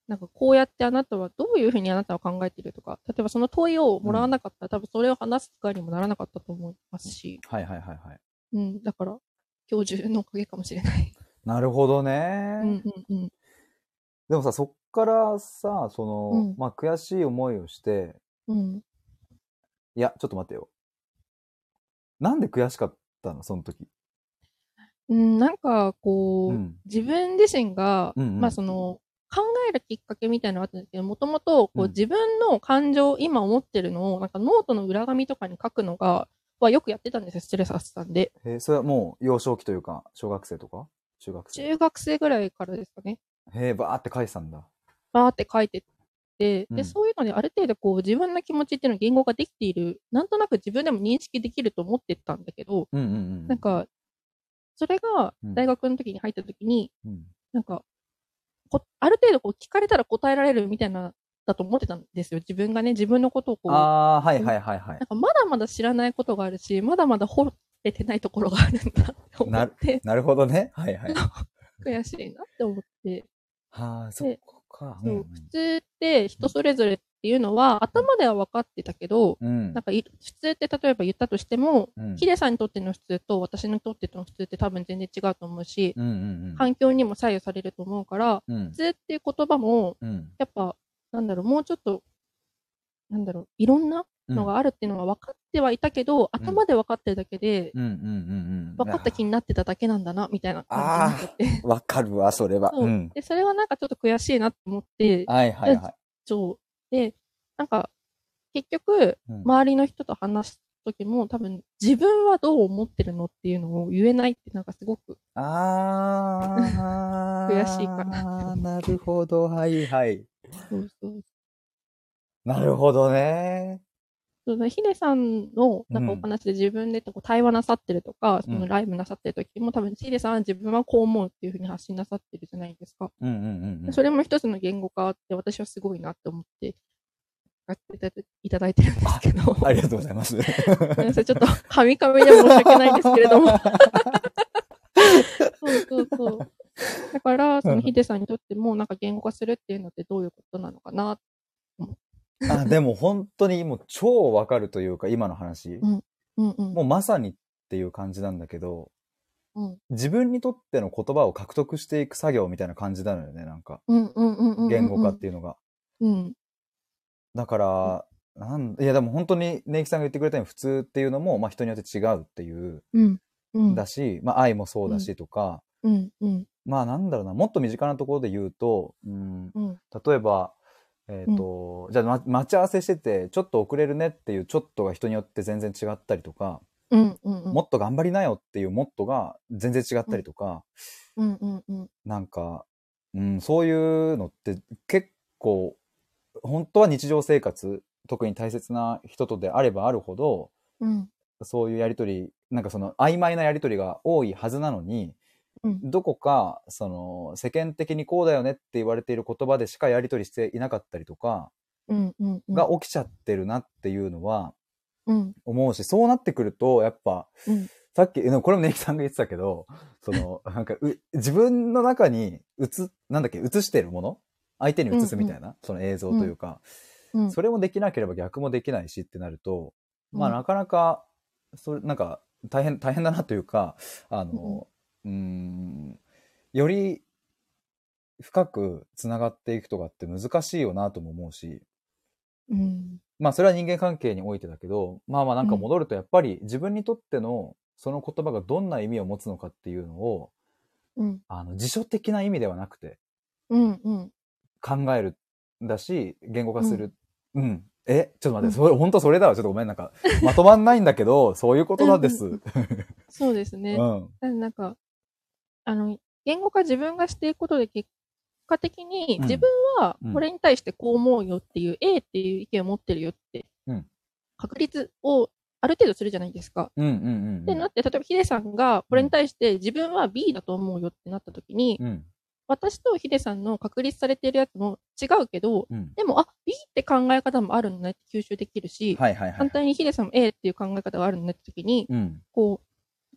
[SPEAKER 2] なんかこうやってあなたは、どういうふうにあなたは考えているとか、例えばその問いをもらわなかったら、多分それを話す機会にもならなかったと思いますし、
[SPEAKER 1] はいはいはいはい。
[SPEAKER 2] うん、だから、教授のおかげかもしれない。
[SPEAKER 1] なるほどね
[SPEAKER 2] う。んうんうん。
[SPEAKER 1] でもさ、そっからさ、その、
[SPEAKER 2] うん
[SPEAKER 1] まあ悔しい思いをして、
[SPEAKER 2] うん。
[SPEAKER 1] いや、ちょっと待ってよ。なんで悔しかったのその時。
[SPEAKER 2] うん、なんかこ
[SPEAKER 1] う
[SPEAKER 2] う、
[SPEAKER 1] ん。
[SPEAKER 2] 自分自身が、
[SPEAKER 1] うんうん
[SPEAKER 2] まあその、考えるきっかけみたいなのがあったんですけど、もともとこ
[SPEAKER 1] う
[SPEAKER 2] うん自分の感情、今思ってるのを、なんかノートの裏紙とかに書くのが、はよくやってたんですよ、ストレス発散で。
[SPEAKER 1] えーそれはもう幼少期というか、小学生とか中学生。
[SPEAKER 2] 中学生ぐらいからですかね。
[SPEAKER 1] へえ、ばーって返したんだ。
[SPEAKER 2] バーって書いてって、
[SPEAKER 1] うん
[SPEAKER 2] で、そういうので、ある程度こう、自分の気持ちっていうのを言語ができている、なんとなく自分でも認識できると思ってたんだけど、
[SPEAKER 1] うんうんうん。
[SPEAKER 2] なん、か、それが、
[SPEAKER 1] うん
[SPEAKER 2] 大学の時に入った時に、
[SPEAKER 1] うん、
[SPEAKER 2] なんか、こある程度こう、聞かれたら答えられるみたいな、だと思ってたんですよ。自分がね、自分のことをこう、な
[SPEAKER 1] ああー、はいはいはいはい
[SPEAKER 2] ん。かまだまだ知らないことがあるし、まだまだ掘れてないところがあるんだって思
[SPEAKER 1] な
[SPEAKER 2] っ
[SPEAKER 1] る
[SPEAKER 2] て、
[SPEAKER 1] なるほどね。はい
[SPEAKER 2] [LAUGHS]
[SPEAKER 1] はい。
[SPEAKER 2] 悔しいなって思って、
[SPEAKER 1] はあ、そこか。
[SPEAKER 2] そううん普通って人それぞれっていうのは頭では分かってたけど、
[SPEAKER 1] うん。
[SPEAKER 2] なんかい普通って例えば言ったとしても、
[SPEAKER 1] うん。
[SPEAKER 2] ヒデさんにとっての普通と私にとっての普通って多分全然違うと思うし、
[SPEAKER 1] うんうんうん。
[SPEAKER 2] 環境にも左右されると思うから、
[SPEAKER 1] うん
[SPEAKER 2] 普。通っていう言葉も、
[SPEAKER 1] うん。
[SPEAKER 2] やっぱ、なんだろう、もうちょっと、なんだろう、いろんなのがあるっていうのは分かってはいたけど、頭で分かってるだけで、
[SPEAKER 1] うんうんうんうん。
[SPEAKER 2] 分かった気
[SPEAKER 1] い
[SPEAKER 2] になってただけなんだな、みたいな感じになっちゃって。
[SPEAKER 1] やわかるわ、それは。
[SPEAKER 2] そう
[SPEAKER 1] うん。
[SPEAKER 2] で、それはなんかちょっと悔しいなって思って、
[SPEAKER 1] はいはいは
[SPEAKER 2] そう。で、なんか、結局、
[SPEAKER 1] い。うん
[SPEAKER 2] 周りの人と話すときも、多分、自分はどう思ってるのっていうのを言えないって、なんかすごく、
[SPEAKER 1] ああ。
[SPEAKER 2] 悔しいかな
[SPEAKER 1] なるほど、はいはい。
[SPEAKER 2] そうそう。
[SPEAKER 1] なるほどね。
[SPEAKER 2] そのヒデさんの、なんか
[SPEAKER 1] う
[SPEAKER 2] お
[SPEAKER 1] ん
[SPEAKER 2] 話で自分でこう対話なさってるとか、そ
[SPEAKER 1] うん
[SPEAKER 2] のライブなさってるときも、多分、ヒデさんは自分はこう思うっていうふうに発信なさってるじゃないですか。
[SPEAKER 1] うんうんうんうん。
[SPEAKER 2] それも一つの言語化って、私はすごいなって思って、やっていただいてるんですけど。
[SPEAKER 1] ありがとうございます。
[SPEAKER 2] ごめんなさい、ちょっと、カみカみで申し訳ないんですけれども。そうそうそう。だから、そのヒデさんにとっても、なんか言語化するっていうのってどういうことなのかな。
[SPEAKER 1] [LAUGHS] あでも本当にもう超わかるというか今の話、
[SPEAKER 2] うんうん。
[SPEAKER 1] もうまさにっていう感じなんだけど
[SPEAKER 2] うん
[SPEAKER 1] 自分にとっての言葉を獲得していく作業みたいな感じなのよねなんか
[SPEAKER 2] うんうんうんうんうん。
[SPEAKER 1] 言語化っ。ていうのが、
[SPEAKER 2] うん。
[SPEAKER 1] だからなんいやでも本当にネイキさんが言ってくれたように普通っていうのも、まあ、人によって違うっていう
[SPEAKER 2] うん。うん。
[SPEAKER 1] だし、まあ、愛もそうだしとか、
[SPEAKER 2] うんうん。
[SPEAKER 1] まあなんだろうなもっと身近なところで言うと、うん、
[SPEAKER 2] うん。
[SPEAKER 1] 例えば、えーとじゃあ、ま待ち合わせしててちょっと遅れるねっていうちょっとが人によって全然違ったりとか、
[SPEAKER 2] うんうんうん。
[SPEAKER 1] もっと頑張りなよっていうモットが全然違ったりとか、
[SPEAKER 2] うんうんうん。
[SPEAKER 1] なんか、うん、そういうのって結構、本当は日常生活、特に大切な人とであればあるほど、
[SPEAKER 2] うん。
[SPEAKER 1] そういうやりとり、なんかその曖昧なやりとりが多いはずなのに、
[SPEAKER 2] うん
[SPEAKER 1] どこか、その、世間的にこうだよねって言われている言葉でしかやりとりしていなかったりとか、
[SPEAKER 2] うん。うん。うん
[SPEAKER 1] が、起きちゃってるなっていうのは
[SPEAKER 2] うん。
[SPEAKER 1] 思うし、そうなってくると、やっぱ、
[SPEAKER 2] うん
[SPEAKER 1] さっき、でもこれもネイキさんが言ってたけど、その、 [LAUGHS] なんかう、自分の中に映、なんだっけ、映してるもの相手に映すみたいな、その映像というか、
[SPEAKER 2] うん。
[SPEAKER 1] それもできなければ逆もできないしってなると、まあ
[SPEAKER 2] うん
[SPEAKER 1] なかなか、それ、なんか、大変、大変だなというか、あの、うーん、より深くつながっていくとかって難しいよなとも思うし、
[SPEAKER 2] うん。
[SPEAKER 1] まあそれは人間関係においてだけど、まあまあなんか戻るとやっぱり自分にとってのその言葉がどんな意味を持つのかっていうのを、
[SPEAKER 2] うん。
[SPEAKER 1] あの辞書的な意味ではなくて
[SPEAKER 2] うん。うん。
[SPEAKER 1] 考えるんだし、言語化する。うん。え、ちょっと待って、それ、本当それだわ。ちょっとごめん、なんか、 [LAUGHS] まとまんないんだけど、そういうことなんです。
[SPEAKER 2] う
[SPEAKER 1] うん
[SPEAKER 2] ん。そうですね。なんなんか、あの、言語化自分がしていくことで結果的に
[SPEAKER 1] うん
[SPEAKER 2] 自分は
[SPEAKER 1] うん
[SPEAKER 2] これに対してこう思うよっていう、A っていう意見を持ってるよって
[SPEAKER 1] うん、
[SPEAKER 2] 確率をある程度するじゃないですか。
[SPEAKER 1] うんうんうん
[SPEAKER 2] でなって、例えばヒデさんがこれに対して自分は B だと思うよってなった時に、
[SPEAKER 1] うん。うん。
[SPEAKER 2] 私とヒデさんの確立されているやつも違うけど、
[SPEAKER 1] うん。
[SPEAKER 2] でも、あ、B って考え方もあるんだねって吸収できるし、
[SPEAKER 1] はいはいは
[SPEAKER 2] 反
[SPEAKER 1] い。
[SPEAKER 2] 対にヒデさんも A っていう考え方があるんだねって時に、
[SPEAKER 1] うん。
[SPEAKER 2] こう、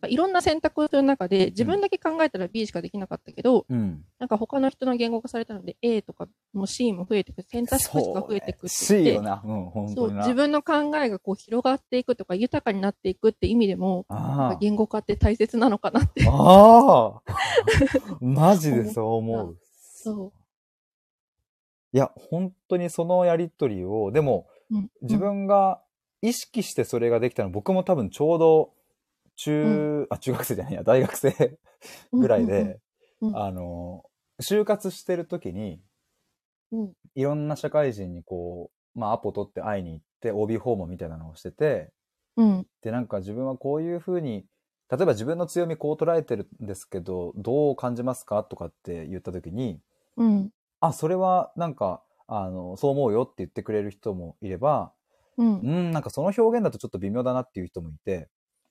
[SPEAKER 2] なんかいろんな選択をする中で、自分だけ考えたら B しかできなかったけど、
[SPEAKER 1] うん。
[SPEAKER 2] なんか他の人の言語化されたので A とかも C も増えてくる、選択肢が増えてくって
[SPEAKER 1] そうね C よな。うん、本
[SPEAKER 2] そ
[SPEAKER 1] 当
[SPEAKER 2] う、
[SPEAKER 1] にな。
[SPEAKER 2] 自分の考えがこう広がっていくとか、豊かになっていくって意味でも、なん
[SPEAKER 1] あ
[SPEAKER 2] か
[SPEAKER 1] あ。
[SPEAKER 2] 言語化って大切なのかなって。
[SPEAKER 1] ああ。マジでそう思う。
[SPEAKER 2] そ
[SPEAKER 1] いや、本当にそのやりとりを、でも、
[SPEAKER 2] う。うん、
[SPEAKER 1] 自分が意識してそれができたの、僕も多分ちょうど、中、あ、中学生じゃないや、大学生
[SPEAKER 2] うん
[SPEAKER 1] ぐらいで、、
[SPEAKER 2] うんうんうん
[SPEAKER 1] あの、就活してる時に、
[SPEAKER 2] うん
[SPEAKER 1] いろんな社会人にこう、まあ、アポ取って会いに行って、OB 訪問みたいなのをしてて、
[SPEAKER 2] うん、
[SPEAKER 1] で、なんか自分はこういうふうに、例えば自分の強みこう捉えてるんですけど、どう感じますかとかって言った時に、
[SPEAKER 2] うん、
[SPEAKER 1] あ、それはなんか、あの、そう思うよって言ってくれる人もいれば、
[SPEAKER 2] うん、
[SPEAKER 1] うーん、なんかその表現だとちょっと微妙だなっていう人もいて、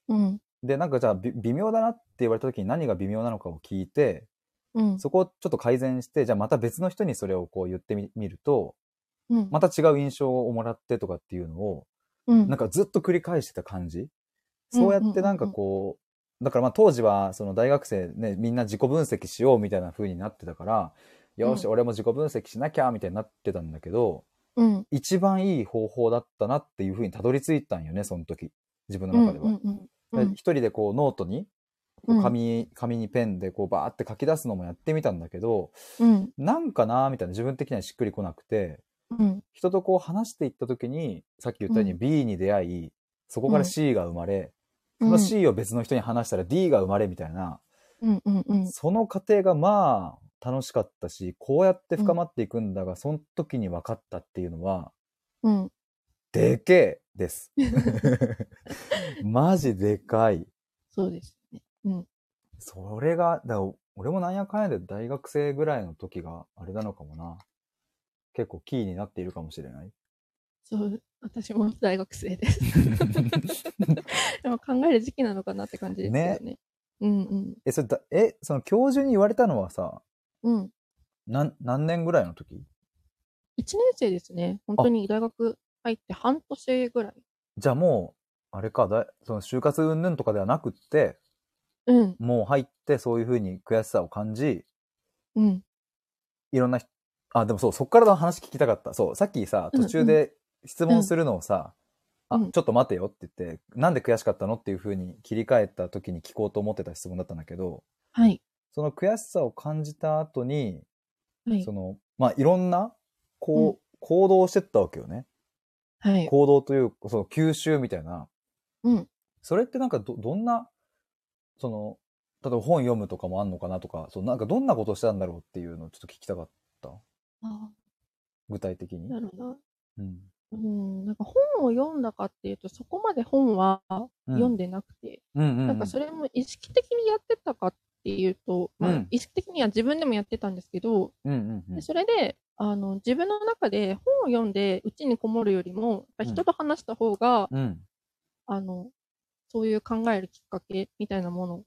[SPEAKER 2] うん、
[SPEAKER 1] で、なんかじゃあび微妙だなって言われた時に何が微妙なのかを聞いて、
[SPEAKER 2] うん、
[SPEAKER 1] そこをちょっと改善して、じゃあまた別の人にそれをこう言ってみみると、
[SPEAKER 2] うん、
[SPEAKER 1] また違う印象をもらってとかっていうのを、
[SPEAKER 2] うん、
[SPEAKER 1] なんかずっと繰り返してた感じ。そうやってなんかこう、だからまあ当時はその大学生ね、みんな自己分析しようみたいな風になってたから、よし、
[SPEAKER 2] うん
[SPEAKER 1] 俺も自己分析しなきゃみたいになってたんだけど、
[SPEAKER 2] うん、
[SPEAKER 1] 一番いい方法だったなっていう風にたどり着いたんよね、その時。自分の
[SPEAKER 2] うん、
[SPEAKER 1] 中では。
[SPEAKER 2] うん、うん、う
[SPEAKER 1] で一人
[SPEAKER 2] ん、
[SPEAKER 1] でこうノートに、
[SPEAKER 2] うん
[SPEAKER 1] 紙、紙にペンでこうバーって書き出すのもやってみたんだけど、
[SPEAKER 2] うん、
[SPEAKER 1] なんかなーみたいな自分的にはしっくりこなくて、
[SPEAKER 2] うん、
[SPEAKER 1] 人とこう話していった時に、さっき言ったように
[SPEAKER 2] うん
[SPEAKER 1] B に出会い、そこから C が生まれ、
[SPEAKER 2] うん、
[SPEAKER 1] その C を別の人に話したら D が生まれみたいな、
[SPEAKER 2] うん、うん、うん、
[SPEAKER 1] その過程がまあ楽しかったし、こうやって深まっていくんだが、その時に分かったっていうのは、
[SPEAKER 2] うん、
[SPEAKER 1] でけえ
[SPEAKER 2] [LAUGHS]
[SPEAKER 1] です。マジでかい。
[SPEAKER 2] そうですね。うん。
[SPEAKER 1] それが、だから俺もなんやかんやで大学生ぐらいの時があれなのかもな。結構キーになっているかもしれない。
[SPEAKER 2] そう、私も大学生です。 [LAUGHS] でも考える時期なのかなって感じですよね。うんうん。
[SPEAKER 1] え、それだ、え、その教授に言われたのはさ、
[SPEAKER 2] うん。
[SPEAKER 1] なん、何年ぐらいの時
[SPEAKER 2] 1年生ですね。本当に大学入って半年ぐらい。
[SPEAKER 1] じゃあもう、あれか、だその就活云々とかではなくって、
[SPEAKER 2] うん
[SPEAKER 1] もう入ってそういうふうに悔しさを感じ、
[SPEAKER 2] うん
[SPEAKER 1] いろんな人、あ、でもそう、そっからの話聞きたかった。そう、さっきさ、
[SPEAKER 2] うん
[SPEAKER 1] 途中で質問するのをさ、
[SPEAKER 2] うんう
[SPEAKER 1] あ、
[SPEAKER 2] ん
[SPEAKER 1] ちょっと待てよって言って、なんで悔しかったのっていうふうに切り替えた時に聞こうと思ってた質問だったんだけど、
[SPEAKER 2] はい。
[SPEAKER 1] その悔しさを感じた後に、
[SPEAKER 2] はい
[SPEAKER 1] そ。の、まあ、いろんな、こう、行動をしてったわけよね。
[SPEAKER 2] はい。
[SPEAKER 1] 行動というか、その吸収みたいな。
[SPEAKER 2] うん。
[SPEAKER 1] それってなんかど、どんな、その、例えば本読むとかもあんのかなとか、そうなんかどんなことしたんだろうっていうのをちょっと聞きたかった。
[SPEAKER 2] あ
[SPEAKER 1] 具体的に
[SPEAKER 2] あ、。なるほどな。
[SPEAKER 1] うん。
[SPEAKER 2] うん。なんか本を読んだかっていうと、そこまで本は読んでなくて、
[SPEAKER 1] うんうんうん、
[SPEAKER 2] なんかそれも意識的にやってたかっていうと、まあ
[SPEAKER 1] うん
[SPEAKER 2] 意識的には自分でもやってたんですけど、
[SPEAKER 1] うんうんうん
[SPEAKER 2] でそれであの自分の中で本を読んでうちにこもるよりもやっぱ人と話した方が
[SPEAKER 1] うん
[SPEAKER 2] あの、そういう考えるきっかけみたいなものを、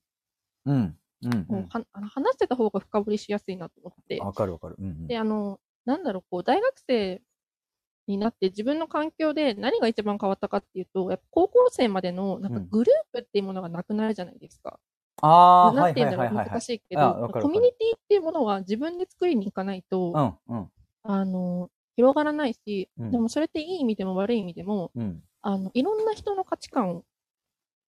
[SPEAKER 1] うん。うん。うん
[SPEAKER 2] はあの話してた方が深掘りしやすいなと思って。
[SPEAKER 1] わかるわかる。うんうん。
[SPEAKER 2] で、あの、なんだろう、こう、大学生になって自分の環境で何が一番変わったかっていうと、やっぱ高校生までのなんか
[SPEAKER 1] うん
[SPEAKER 2] グループっていうものがなくなるじゃないですか。
[SPEAKER 1] ああー、
[SPEAKER 2] な
[SPEAKER 1] は
[SPEAKER 2] ん
[SPEAKER 1] い
[SPEAKER 2] て言
[SPEAKER 1] は
[SPEAKER 2] うん
[SPEAKER 1] いは
[SPEAKER 2] だ
[SPEAKER 1] いは
[SPEAKER 2] ろう、
[SPEAKER 1] い。
[SPEAKER 2] 難しいけ
[SPEAKER 1] あわ
[SPEAKER 2] ど、
[SPEAKER 1] かるわかる
[SPEAKER 2] コミュニティっていうものは自分で作りに行かないと、
[SPEAKER 1] うんうん。
[SPEAKER 2] あの、広がらないし、
[SPEAKER 1] うん
[SPEAKER 2] でもそれっていい意味でも悪い意味でも、
[SPEAKER 1] うん。
[SPEAKER 2] あの、いろんな人の価値観を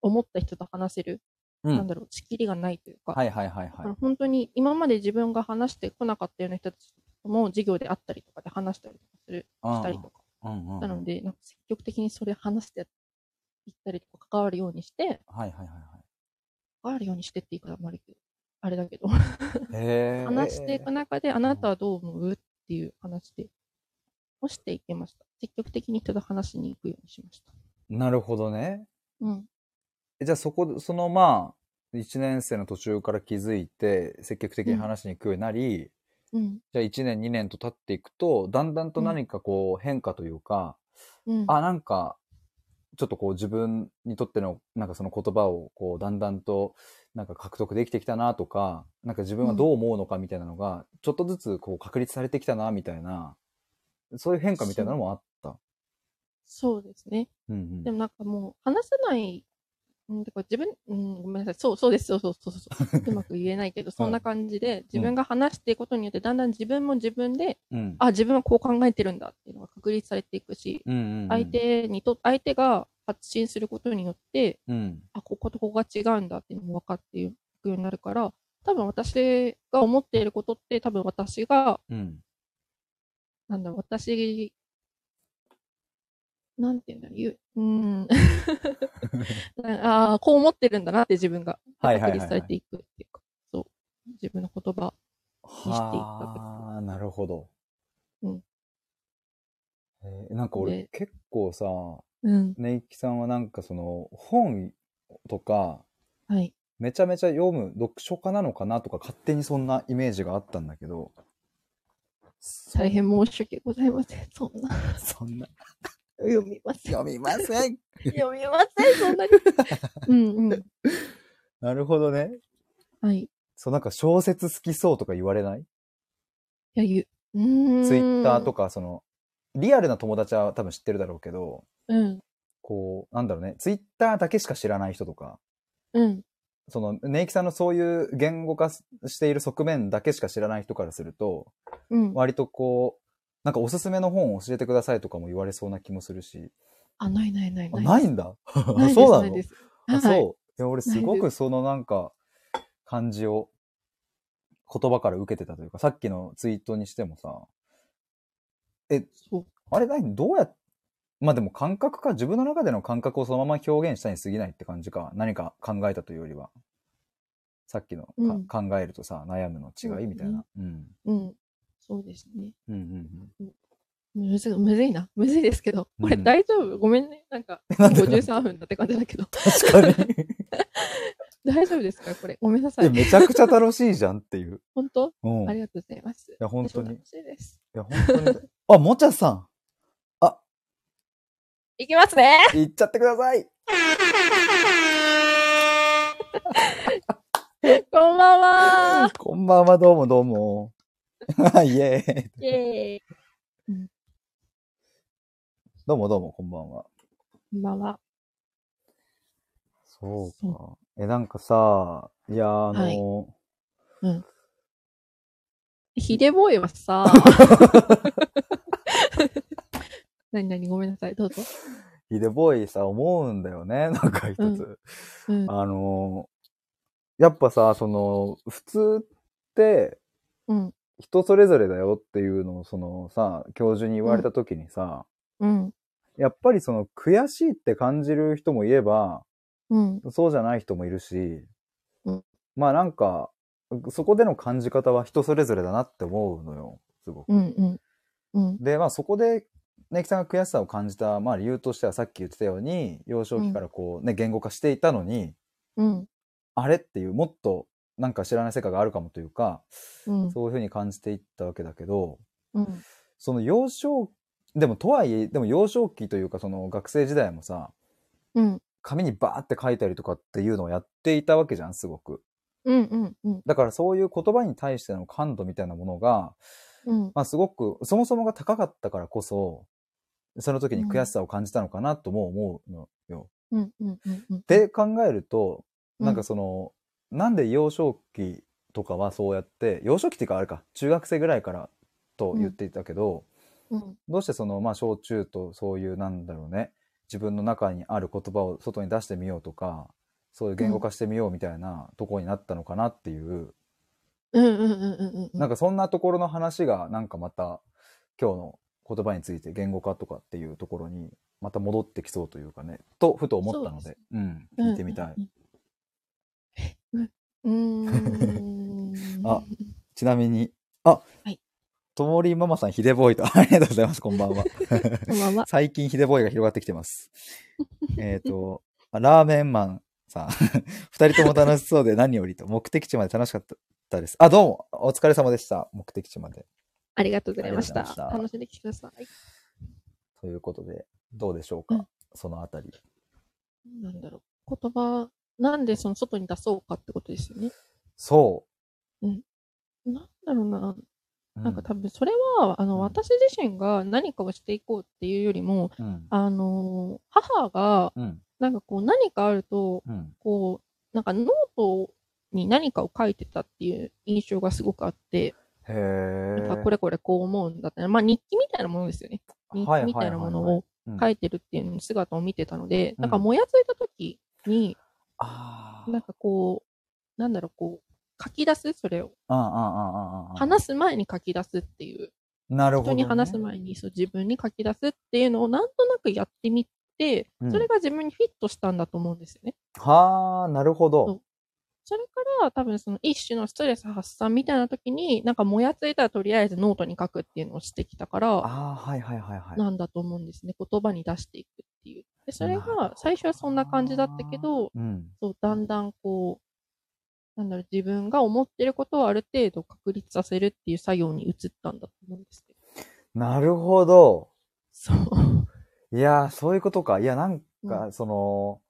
[SPEAKER 2] 思った人と話せる、
[SPEAKER 1] う
[SPEAKER 2] なん
[SPEAKER 1] ん。
[SPEAKER 2] だろう、仕切りがないというか、
[SPEAKER 1] はいはいはい
[SPEAKER 2] だ
[SPEAKER 1] は
[SPEAKER 2] か
[SPEAKER 1] い
[SPEAKER 2] ら。本当に今まで自分が話してこなかったような人たちとも授業であったりとかで話したりとかする、したりとか。
[SPEAKER 1] うんうんうん。
[SPEAKER 2] なので、なんか積極的にそれ話していったりとか関わるようにして、
[SPEAKER 1] はいはいはいはい。
[SPEAKER 2] 関わるようにしてって言い方もあるけど、あれだけど、
[SPEAKER 1] へえ。
[SPEAKER 2] 話していく中で、あなたはどう思うっていう話で、をしていけました。積極的に人と話しに行くようにしました。
[SPEAKER 1] なるほどね。
[SPEAKER 2] うん。
[SPEAKER 1] えじゃあそこ、そのまあ、1年生の途中から気づいて、積極的に話しに行くようになり、
[SPEAKER 2] うん。
[SPEAKER 1] じゃあ1年2年と経っていくと、だんだんと何かこう変化というか、
[SPEAKER 2] うん。
[SPEAKER 1] あ、なんか、ちょっとこう自分にとっての、なんかその言葉をこうだんだんとなんか獲得できてきたなとか、なんか自分はどう思うのかみたいなのが、ちょっとずつこう確立されてきたなみたいな、そういう変化みたいなのもあった。
[SPEAKER 2] そうですね。
[SPEAKER 1] うんう
[SPEAKER 2] で
[SPEAKER 1] ん。
[SPEAKER 2] もなんかもう、話せない、うん、てか自分、うん、ごめんなさい。そう、そうです。そうそうそう
[SPEAKER 1] [LAUGHS]
[SPEAKER 2] そう。うまく言えないけど、そんな感じで、自分が話していくことによって、だんだん自分も自分で、
[SPEAKER 1] うん。
[SPEAKER 2] あ、自分はこう考えてるんだっていうのが確立されていくし、
[SPEAKER 1] うんうんうん
[SPEAKER 2] 相、手にと、相手が発信することによって、
[SPEAKER 1] うん。
[SPEAKER 2] あ、こことここが違うんだっていうのも分かっていくようになるから、多分私が思っていることって、多分私が、
[SPEAKER 1] うん。
[SPEAKER 2] なんだろう、私、なんて言うんだろう、言う、うーん。 [LAUGHS] ああ、こう思ってるんだなって自分が、
[SPEAKER 1] はいはいはいはい
[SPEAKER 2] 確立されていくっていうか、そう、自分の言葉。ていったと
[SPEAKER 1] はあ、なるほど。
[SPEAKER 2] うん
[SPEAKER 1] えーなんか俺
[SPEAKER 2] で
[SPEAKER 1] 結構さ、
[SPEAKER 2] うん。
[SPEAKER 1] ネイキさんはなんかその本とか
[SPEAKER 2] はい。
[SPEAKER 1] めちゃめちゃ読む読書家なのかなとか勝手にそんなイメージがあったんだけど。そ
[SPEAKER 2] 大変申し訳ございません。そんな、
[SPEAKER 1] そんな。
[SPEAKER 2] 読みません。
[SPEAKER 1] 読みません。
[SPEAKER 2] 読みません、そ
[SPEAKER 1] [LAUGHS]
[SPEAKER 2] んなに。うんうん。
[SPEAKER 1] なるほどね。
[SPEAKER 2] はい。い
[SPEAKER 1] そう、なんか小説好きそうとか言われない
[SPEAKER 2] や、言う。うーん。
[SPEAKER 1] ツイッターとか、その、リアルな友達は多分知ってるだろうけど、
[SPEAKER 2] うん。
[SPEAKER 1] こう、なんだろうね、ツイッターだけしか知らない人とか、
[SPEAKER 2] うん。
[SPEAKER 1] その、ネイキさんのそういう言語化している側面だけしか知らない人からすると、
[SPEAKER 2] うん。
[SPEAKER 1] 割とこう、なんかおすすめの本を教えてくださいとかも言われそうな気もするし。
[SPEAKER 2] あ、ないないない
[SPEAKER 1] あ
[SPEAKER 2] ない。
[SPEAKER 1] ないんだ。
[SPEAKER 2] な
[SPEAKER 1] [LAUGHS]
[SPEAKER 2] いです
[SPEAKER 1] そうな
[SPEAKER 2] ない
[SPEAKER 1] の
[SPEAKER 2] です
[SPEAKER 1] あ、
[SPEAKER 2] はい
[SPEAKER 1] そう。いや、俺すごくそのなんか、感じを、言葉から受けてたというか、さっきのツイートにしてもさ、
[SPEAKER 2] そう。
[SPEAKER 1] あれ何どうやっ、まあでも感覚か、自分の中での感覚をそのまま表現したに過ぎないって感じか、何か考えたというよりは。さっきのか、
[SPEAKER 2] うん
[SPEAKER 1] 考えるとさ、悩むの違いみたいな。うん。
[SPEAKER 2] うん。そうですね。
[SPEAKER 1] うんうん
[SPEAKER 2] [LAUGHS]
[SPEAKER 1] うん。
[SPEAKER 2] むずむずいな。む [LAUGHS] ずいですけど。これ
[SPEAKER 1] うん
[SPEAKER 2] 大丈夫、ごめんね。なんか、
[SPEAKER 1] なんで
[SPEAKER 2] 53分だって感じだけど。 [LAUGHS]
[SPEAKER 1] 確かに。
[SPEAKER 2] 大丈夫ですかこれ。ごめんなさ
[SPEAKER 1] え
[SPEAKER 2] い。
[SPEAKER 1] めちゃくちゃ楽しいじゃんっていう。
[SPEAKER 2] 本当
[SPEAKER 1] うん。
[SPEAKER 2] ありがとうございます。
[SPEAKER 1] や本当に
[SPEAKER 2] 私も楽しいです。
[SPEAKER 1] いや、本当に。あ、もちゃさん
[SPEAKER 2] いきますね
[SPEAKER 1] [LAUGHS] 行っちゃってくださ
[SPEAKER 2] [LAUGHS]
[SPEAKER 1] い
[SPEAKER 2] こんば
[SPEAKER 1] [LAUGHS]
[SPEAKER 2] んは
[SPEAKER 1] こんばんは、どうもどうも。 [LAUGHS] イエーイ
[SPEAKER 2] イェーイ
[SPEAKER 1] どうもどうも、こんばんは。
[SPEAKER 2] こんばんは。
[SPEAKER 1] そうか。え、なんかさ、いやー、あの
[SPEAKER 2] ヒデボーイはさ、 [LAUGHS] なになにごめんなさい。どうぞ。
[SPEAKER 1] ー、ヒデボーイさ、思うんだよね、 [LAUGHS] なんか一つ。
[SPEAKER 2] うんうん。
[SPEAKER 1] あのー、やっぱさ、その、普通って
[SPEAKER 2] うん。
[SPEAKER 1] 人それぞれだよっていうのを、そのさ、教授に言われた時にさ、
[SPEAKER 2] うん。
[SPEAKER 1] やっぱりその悔しいって感じる人もいれば、
[SPEAKER 2] うん。
[SPEAKER 1] そうじゃない人もいるし、
[SPEAKER 2] うん
[SPEAKER 1] まあなんか、そこでの感じ方は人それぞれだなって思うのよ、すごく。
[SPEAKER 2] うん。うん。うん。
[SPEAKER 1] で、まあそこで、ネキさんが悔しさを感じた、まあ理由としてはさっき言ってたように、幼少期からこうね、言語化していたのに、
[SPEAKER 2] うん。
[SPEAKER 1] あれっていう、もっとなんか知らない世界があるかもというか、
[SPEAKER 2] うん。
[SPEAKER 1] そういうふうに感じていったわけだけど、
[SPEAKER 2] うん。
[SPEAKER 1] その幼少、でもとはいえ、でも幼少期というかその学生時代もさ、
[SPEAKER 2] うん。
[SPEAKER 1] 紙にバーって書いたりとかっていうのをやっていたわけじゃん、すごく。
[SPEAKER 2] うんうんうん
[SPEAKER 1] だからそういう言葉に対しての感度みたいなものが、
[SPEAKER 2] うん。
[SPEAKER 1] まあすごく、そもそもが高かったからこそ、その時に悔しさを感じたのかなとも思うのよ。
[SPEAKER 2] うんうんうんうん。
[SPEAKER 1] で考えると、なんかその、なんで幼少期とかはそうやって、幼少期っていうかあれか、中学生ぐらいからと言っていたけど、
[SPEAKER 2] うん
[SPEAKER 1] どうしてその、まあ小中とそういうなんだろうね、自分の中にある言葉を外に出してみようとか、そういう言語化してみようみたいなところになったのかなっていう、
[SPEAKER 2] うんうんうんうんうん。
[SPEAKER 1] なんかそんなところの話がなんかまた今日の言葉について言語化とかっていうところにまた戻ってきそうというかねとふと思ったので
[SPEAKER 2] そう
[SPEAKER 1] うん、聞いてみたい、。
[SPEAKER 2] うん。うん
[SPEAKER 1] [LAUGHS] あちなみにあ、
[SPEAKER 2] はい
[SPEAKER 1] ともりママさんヒデボーイと [LAUGHS] ありがとうございますこんば [LAUGHS] んは
[SPEAKER 2] こんばんは。
[SPEAKER 1] 最近ヒデボーイが広がってきてますえっとあラーメンマンさん二人とも楽しそうで何よりと目的地まで楽しかったですあどうもお疲れ様でした目的地まで
[SPEAKER 2] ありがとうございまし
[SPEAKER 1] あ
[SPEAKER 2] た。
[SPEAKER 1] りがとうございました
[SPEAKER 2] 楽しんできてください。
[SPEAKER 1] ということでどうでしょうか、
[SPEAKER 2] うん
[SPEAKER 1] そのあたり
[SPEAKER 2] なんだろう。言葉、なんでその外に出そうかってことですよね。
[SPEAKER 1] そう
[SPEAKER 2] なんだろうな。なんか多分それは、あ
[SPEAKER 1] うん
[SPEAKER 2] の、私自身が何かをしていこうっていうよりも、
[SPEAKER 1] うん。
[SPEAKER 2] あの、母が、
[SPEAKER 1] うん。
[SPEAKER 2] なんかこう何かあると、
[SPEAKER 1] うん。
[SPEAKER 2] こう、なんかノートに何かを書いてたっていう印象がすごくあって、
[SPEAKER 1] へ
[SPEAKER 2] な
[SPEAKER 1] え。
[SPEAKER 2] んかこれこれこう思うんだったら、まあ日記みたいなものですよね。日記みたいなものを書
[SPEAKER 1] い。
[SPEAKER 2] いてるっていう姿を見てたので、
[SPEAKER 1] うん
[SPEAKER 2] なんかもやついた時に、
[SPEAKER 1] ああ。
[SPEAKER 2] なんかこう、なんだろう、こう、書き出すそれを。
[SPEAKER 1] ああ、ああ、ああ。
[SPEAKER 2] 話す前に書き出すっていう。
[SPEAKER 1] なるほど。
[SPEAKER 2] 人に話す前に、そう、自分に書き出すっていうのをなんとなくやってみて、
[SPEAKER 1] うん
[SPEAKER 2] それが自分にフィットしたんだと思うんですよね。
[SPEAKER 1] はあ、なるほど。
[SPEAKER 2] それから、多分その一種のストレス発散みたいな時に、なんかもやついたらとりあえずノートに書くっていうのをしてきたから、
[SPEAKER 1] ああ、はいはいはいはい。
[SPEAKER 2] なんだと思うんですね。言葉に出していくっていう。で、そ
[SPEAKER 1] な
[SPEAKER 2] れ
[SPEAKER 1] るほど
[SPEAKER 2] が、最初はそんな感じだったけど、
[SPEAKER 1] うん。
[SPEAKER 2] そう、だんだんこう、なんだろう、自分が思ってることをある程度確立させるっていう作業に移ったんだと思うんですけど。
[SPEAKER 1] なるほど。
[SPEAKER 2] そう。
[SPEAKER 1] いやー、そういうことか。いや、なん
[SPEAKER 2] う
[SPEAKER 1] か、その、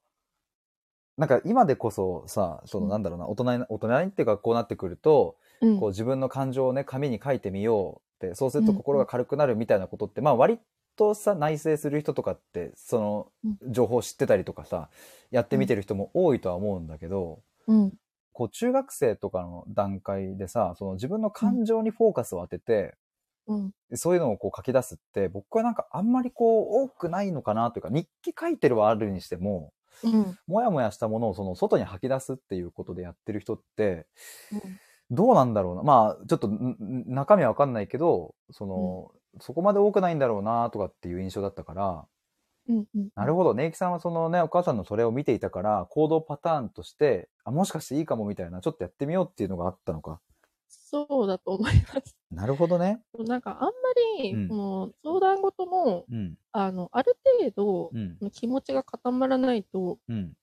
[SPEAKER 1] なんか今でこそさ、その
[SPEAKER 2] うん
[SPEAKER 1] なんだろうな、大人に、大人にっていうかこうなってくると、
[SPEAKER 2] うん
[SPEAKER 1] こう自分の感情をね、紙に書いてみようって、そうすると
[SPEAKER 2] うん
[SPEAKER 1] 心が軽くなるみたいなことって、まあ割とさ、内省する人とかって、その情報を知ってたりとかさ、やってみてる人も多いとは思うんだけど、
[SPEAKER 2] うん。
[SPEAKER 1] こう中学生とかの段階でさ、その自分の感情にフォーカスを当てて、
[SPEAKER 2] うん。
[SPEAKER 1] そういうのをこう書き出すって、僕はなんかあんまりこう多くないのかなというか、日記書いてるはあるにしても、
[SPEAKER 2] うん。
[SPEAKER 1] もやもやしたものをその外に吐き出すっていうことでやってる人って、
[SPEAKER 2] うん
[SPEAKER 1] どうなんだろうな。まあ、ちょっとんん中身はわかんないけど、その、そこまで多くないんだろうなとかっていう印象だったから、
[SPEAKER 2] うん。うん。
[SPEAKER 1] なるほど。ネイキさんはそのね、お母さんのそれを見ていたから、行動パターンとして、あ、もしかしていいかもみたいな、ちょっとやってみようっていうのがあったのか。
[SPEAKER 2] そうだと思います。 [LAUGHS]
[SPEAKER 1] なるほどね。
[SPEAKER 2] なんかあんまり、
[SPEAKER 1] うん
[SPEAKER 2] この相談事も、
[SPEAKER 1] うん、
[SPEAKER 2] あの、ある程
[SPEAKER 1] うん、
[SPEAKER 2] 度、気持ちが固まらないと、
[SPEAKER 1] うん。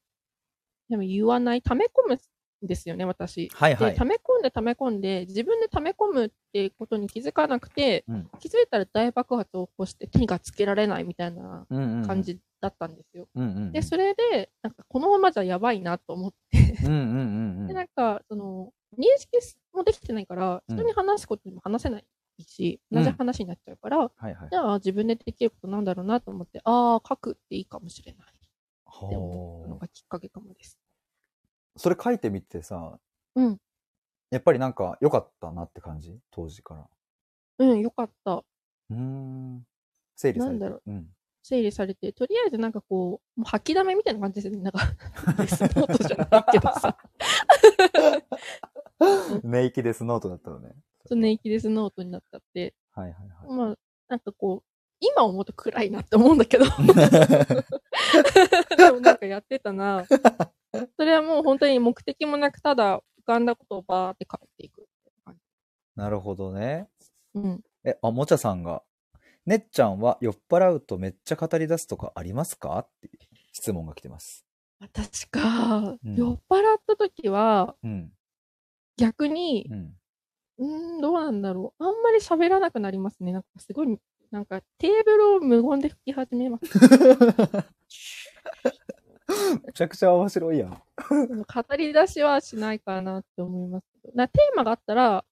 [SPEAKER 2] でも言わない、溜め込むんですよね、私。
[SPEAKER 1] はいは
[SPEAKER 2] で、
[SPEAKER 1] い
[SPEAKER 2] 溜。め込んで溜め込んで、自分で溜め込むってことに気づかなくて、
[SPEAKER 1] うん
[SPEAKER 2] 気づいたら大爆発を起こして手にがつけられないみたいな
[SPEAKER 1] うんうんうん
[SPEAKER 2] 感。じだったんですよ。
[SPEAKER 1] うんうんうん。
[SPEAKER 2] で、それで、なんかこのままじゃやばいなと思って、
[SPEAKER 1] うんうんうん
[SPEAKER 2] で
[SPEAKER 1] う。
[SPEAKER 2] なんんか、その、認識もできてないから、
[SPEAKER 1] うん
[SPEAKER 2] 人に話すことにも話せないし、
[SPEAKER 1] うん
[SPEAKER 2] 同じ話になっちゃうから、
[SPEAKER 1] はいはい
[SPEAKER 2] じ。ゃあ自分でできることなんだろうなと思って、ああ、書くっていいかもしれないって思ったの
[SPEAKER 1] ほう
[SPEAKER 2] がきっかけかもです。
[SPEAKER 1] それ書いてみてさ、
[SPEAKER 2] うん。
[SPEAKER 1] やっぱりなんか良かったなって感じ当時から。
[SPEAKER 2] うん、よかった。
[SPEAKER 1] うーん。整理されて
[SPEAKER 2] なんだろ
[SPEAKER 1] う。ん。
[SPEAKER 2] 整理されて、とりあえずなんかこう、もう吐きだめみたいな感じですよね。 [LAUGHS] なんか、デスノートじゃないけどさ、
[SPEAKER 1] 寝息ですノートだったのね。
[SPEAKER 2] そのネイキデスノートになっちゃって、
[SPEAKER 1] はいはいはい。
[SPEAKER 2] まあ、なんかこう、今思うと暗いなって思うんだけ [LAUGHS] ど、でもなんかやってたな。それはもう本当に目的もなく、ただ浮かんだことをバーって書いていく。
[SPEAKER 1] なるほどね。
[SPEAKER 2] うん。
[SPEAKER 1] え、あ、もちゃさんが、ねっちゃんは酔っ払うとめっちゃ語り出すとかありますかって質問が来てます。
[SPEAKER 2] 私か、
[SPEAKER 1] うん
[SPEAKER 2] 酔っ払った時は、
[SPEAKER 1] うん。
[SPEAKER 2] 逆に
[SPEAKER 1] う、ん。
[SPEAKER 2] うーん、どうなんだろう。あんまり喋らなくなりますね。なんかすごい、 [LAUGHS] なんかテーブルを無言で拭き始めます。
[SPEAKER 1] めちゃくちゃ面白いやん。
[SPEAKER 2] 語り出しはしないかなって思いますけど。なテーマがあったら、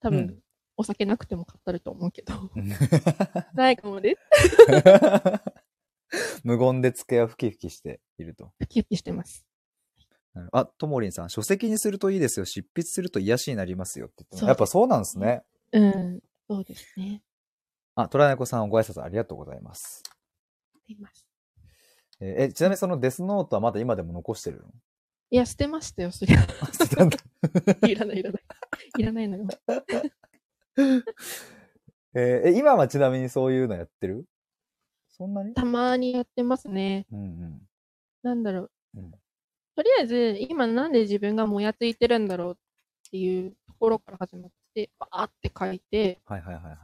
[SPEAKER 2] 多分、
[SPEAKER 1] うん
[SPEAKER 2] お酒なくても語ると思うけど。 [LAUGHS] ないかもです。
[SPEAKER 1] 無言で机をふきふきしていると。
[SPEAKER 2] ウキウキしてます。
[SPEAKER 1] なるあ、ともりんさん、書籍にするといいですよ。執筆すると癒しになりますよって言ってます
[SPEAKER 2] そう
[SPEAKER 1] やっぱそうなんですね。
[SPEAKER 2] うん。そうですね。
[SPEAKER 1] あ、虎猫さん、ご挨拶ありがとうございます。
[SPEAKER 2] います。
[SPEAKER 1] えーえちなみにそのデスノートはまだ今でも残してるの
[SPEAKER 2] いや、捨てましたよ、そ [LAUGHS] りゃ。
[SPEAKER 1] あ捨てたんだ
[SPEAKER 2] いらない、いらない。いらないのよ。
[SPEAKER 1] [LAUGHS] えーえ今はちなみにそういうのやってるそんなに
[SPEAKER 2] たまにやってますね。
[SPEAKER 1] うんうん。
[SPEAKER 2] なんだろう。
[SPEAKER 1] うん
[SPEAKER 2] とりあえず、今なんで自分がもやついてるんだろうっていうところから始まって、バーって書いて、
[SPEAKER 1] はいはいはいはい。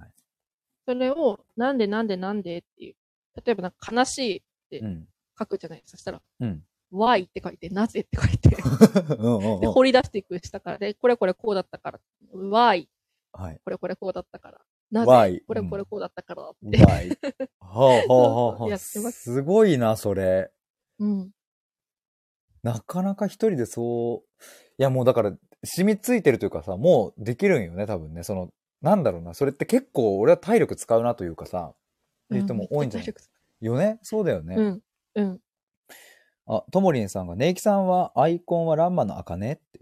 [SPEAKER 2] それを、なんでなんでなんでっていう。例えば、なんか悲しい
[SPEAKER 1] うん。
[SPEAKER 2] 書くじゃないそしたら、 [LAUGHS]
[SPEAKER 1] うん。
[SPEAKER 2] why って書いて、なぜって書い
[SPEAKER 1] [LAUGHS]
[SPEAKER 2] て、
[SPEAKER 1] うんうん
[SPEAKER 2] で、
[SPEAKER 1] うん
[SPEAKER 2] 掘り出していく下から、で、これこれこうだったから、why、
[SPEAKER 1] はい。
[SPEAKER 2] これこれこうだったから、なぜ、
[SPEAKER 1] Why
[SPEAKER 2] これこれこうだったからっ
[SPEAKER 1] う
[SPEAKER 2] て。
[SPEAKER 1] まい。はあはあはあ
[SPEAKER 2] そうそう
[SPEAKER 1] は
[SPEAKER 2] [LAUGHS] や
[SPEAKER 1] あ。
[SPEAKER 2] ってます
[SPEAKER 1] すごいな、それ。
[SPEAKER 2] うん。
[SPEAKER 1] なかなか一人でそう、いやもうだから染みついてるというかさ、もうできるんよね、多分ね。その、なんだろうな、それって結構俺は体力使うなというかさ、いう人も多いんじゃないよねそうだよね。
[SPEAKER 2] うん。うん。
[SPEAKER 1] あ、ともりんさんが、ネイキさんはアイコンはランマの茜って。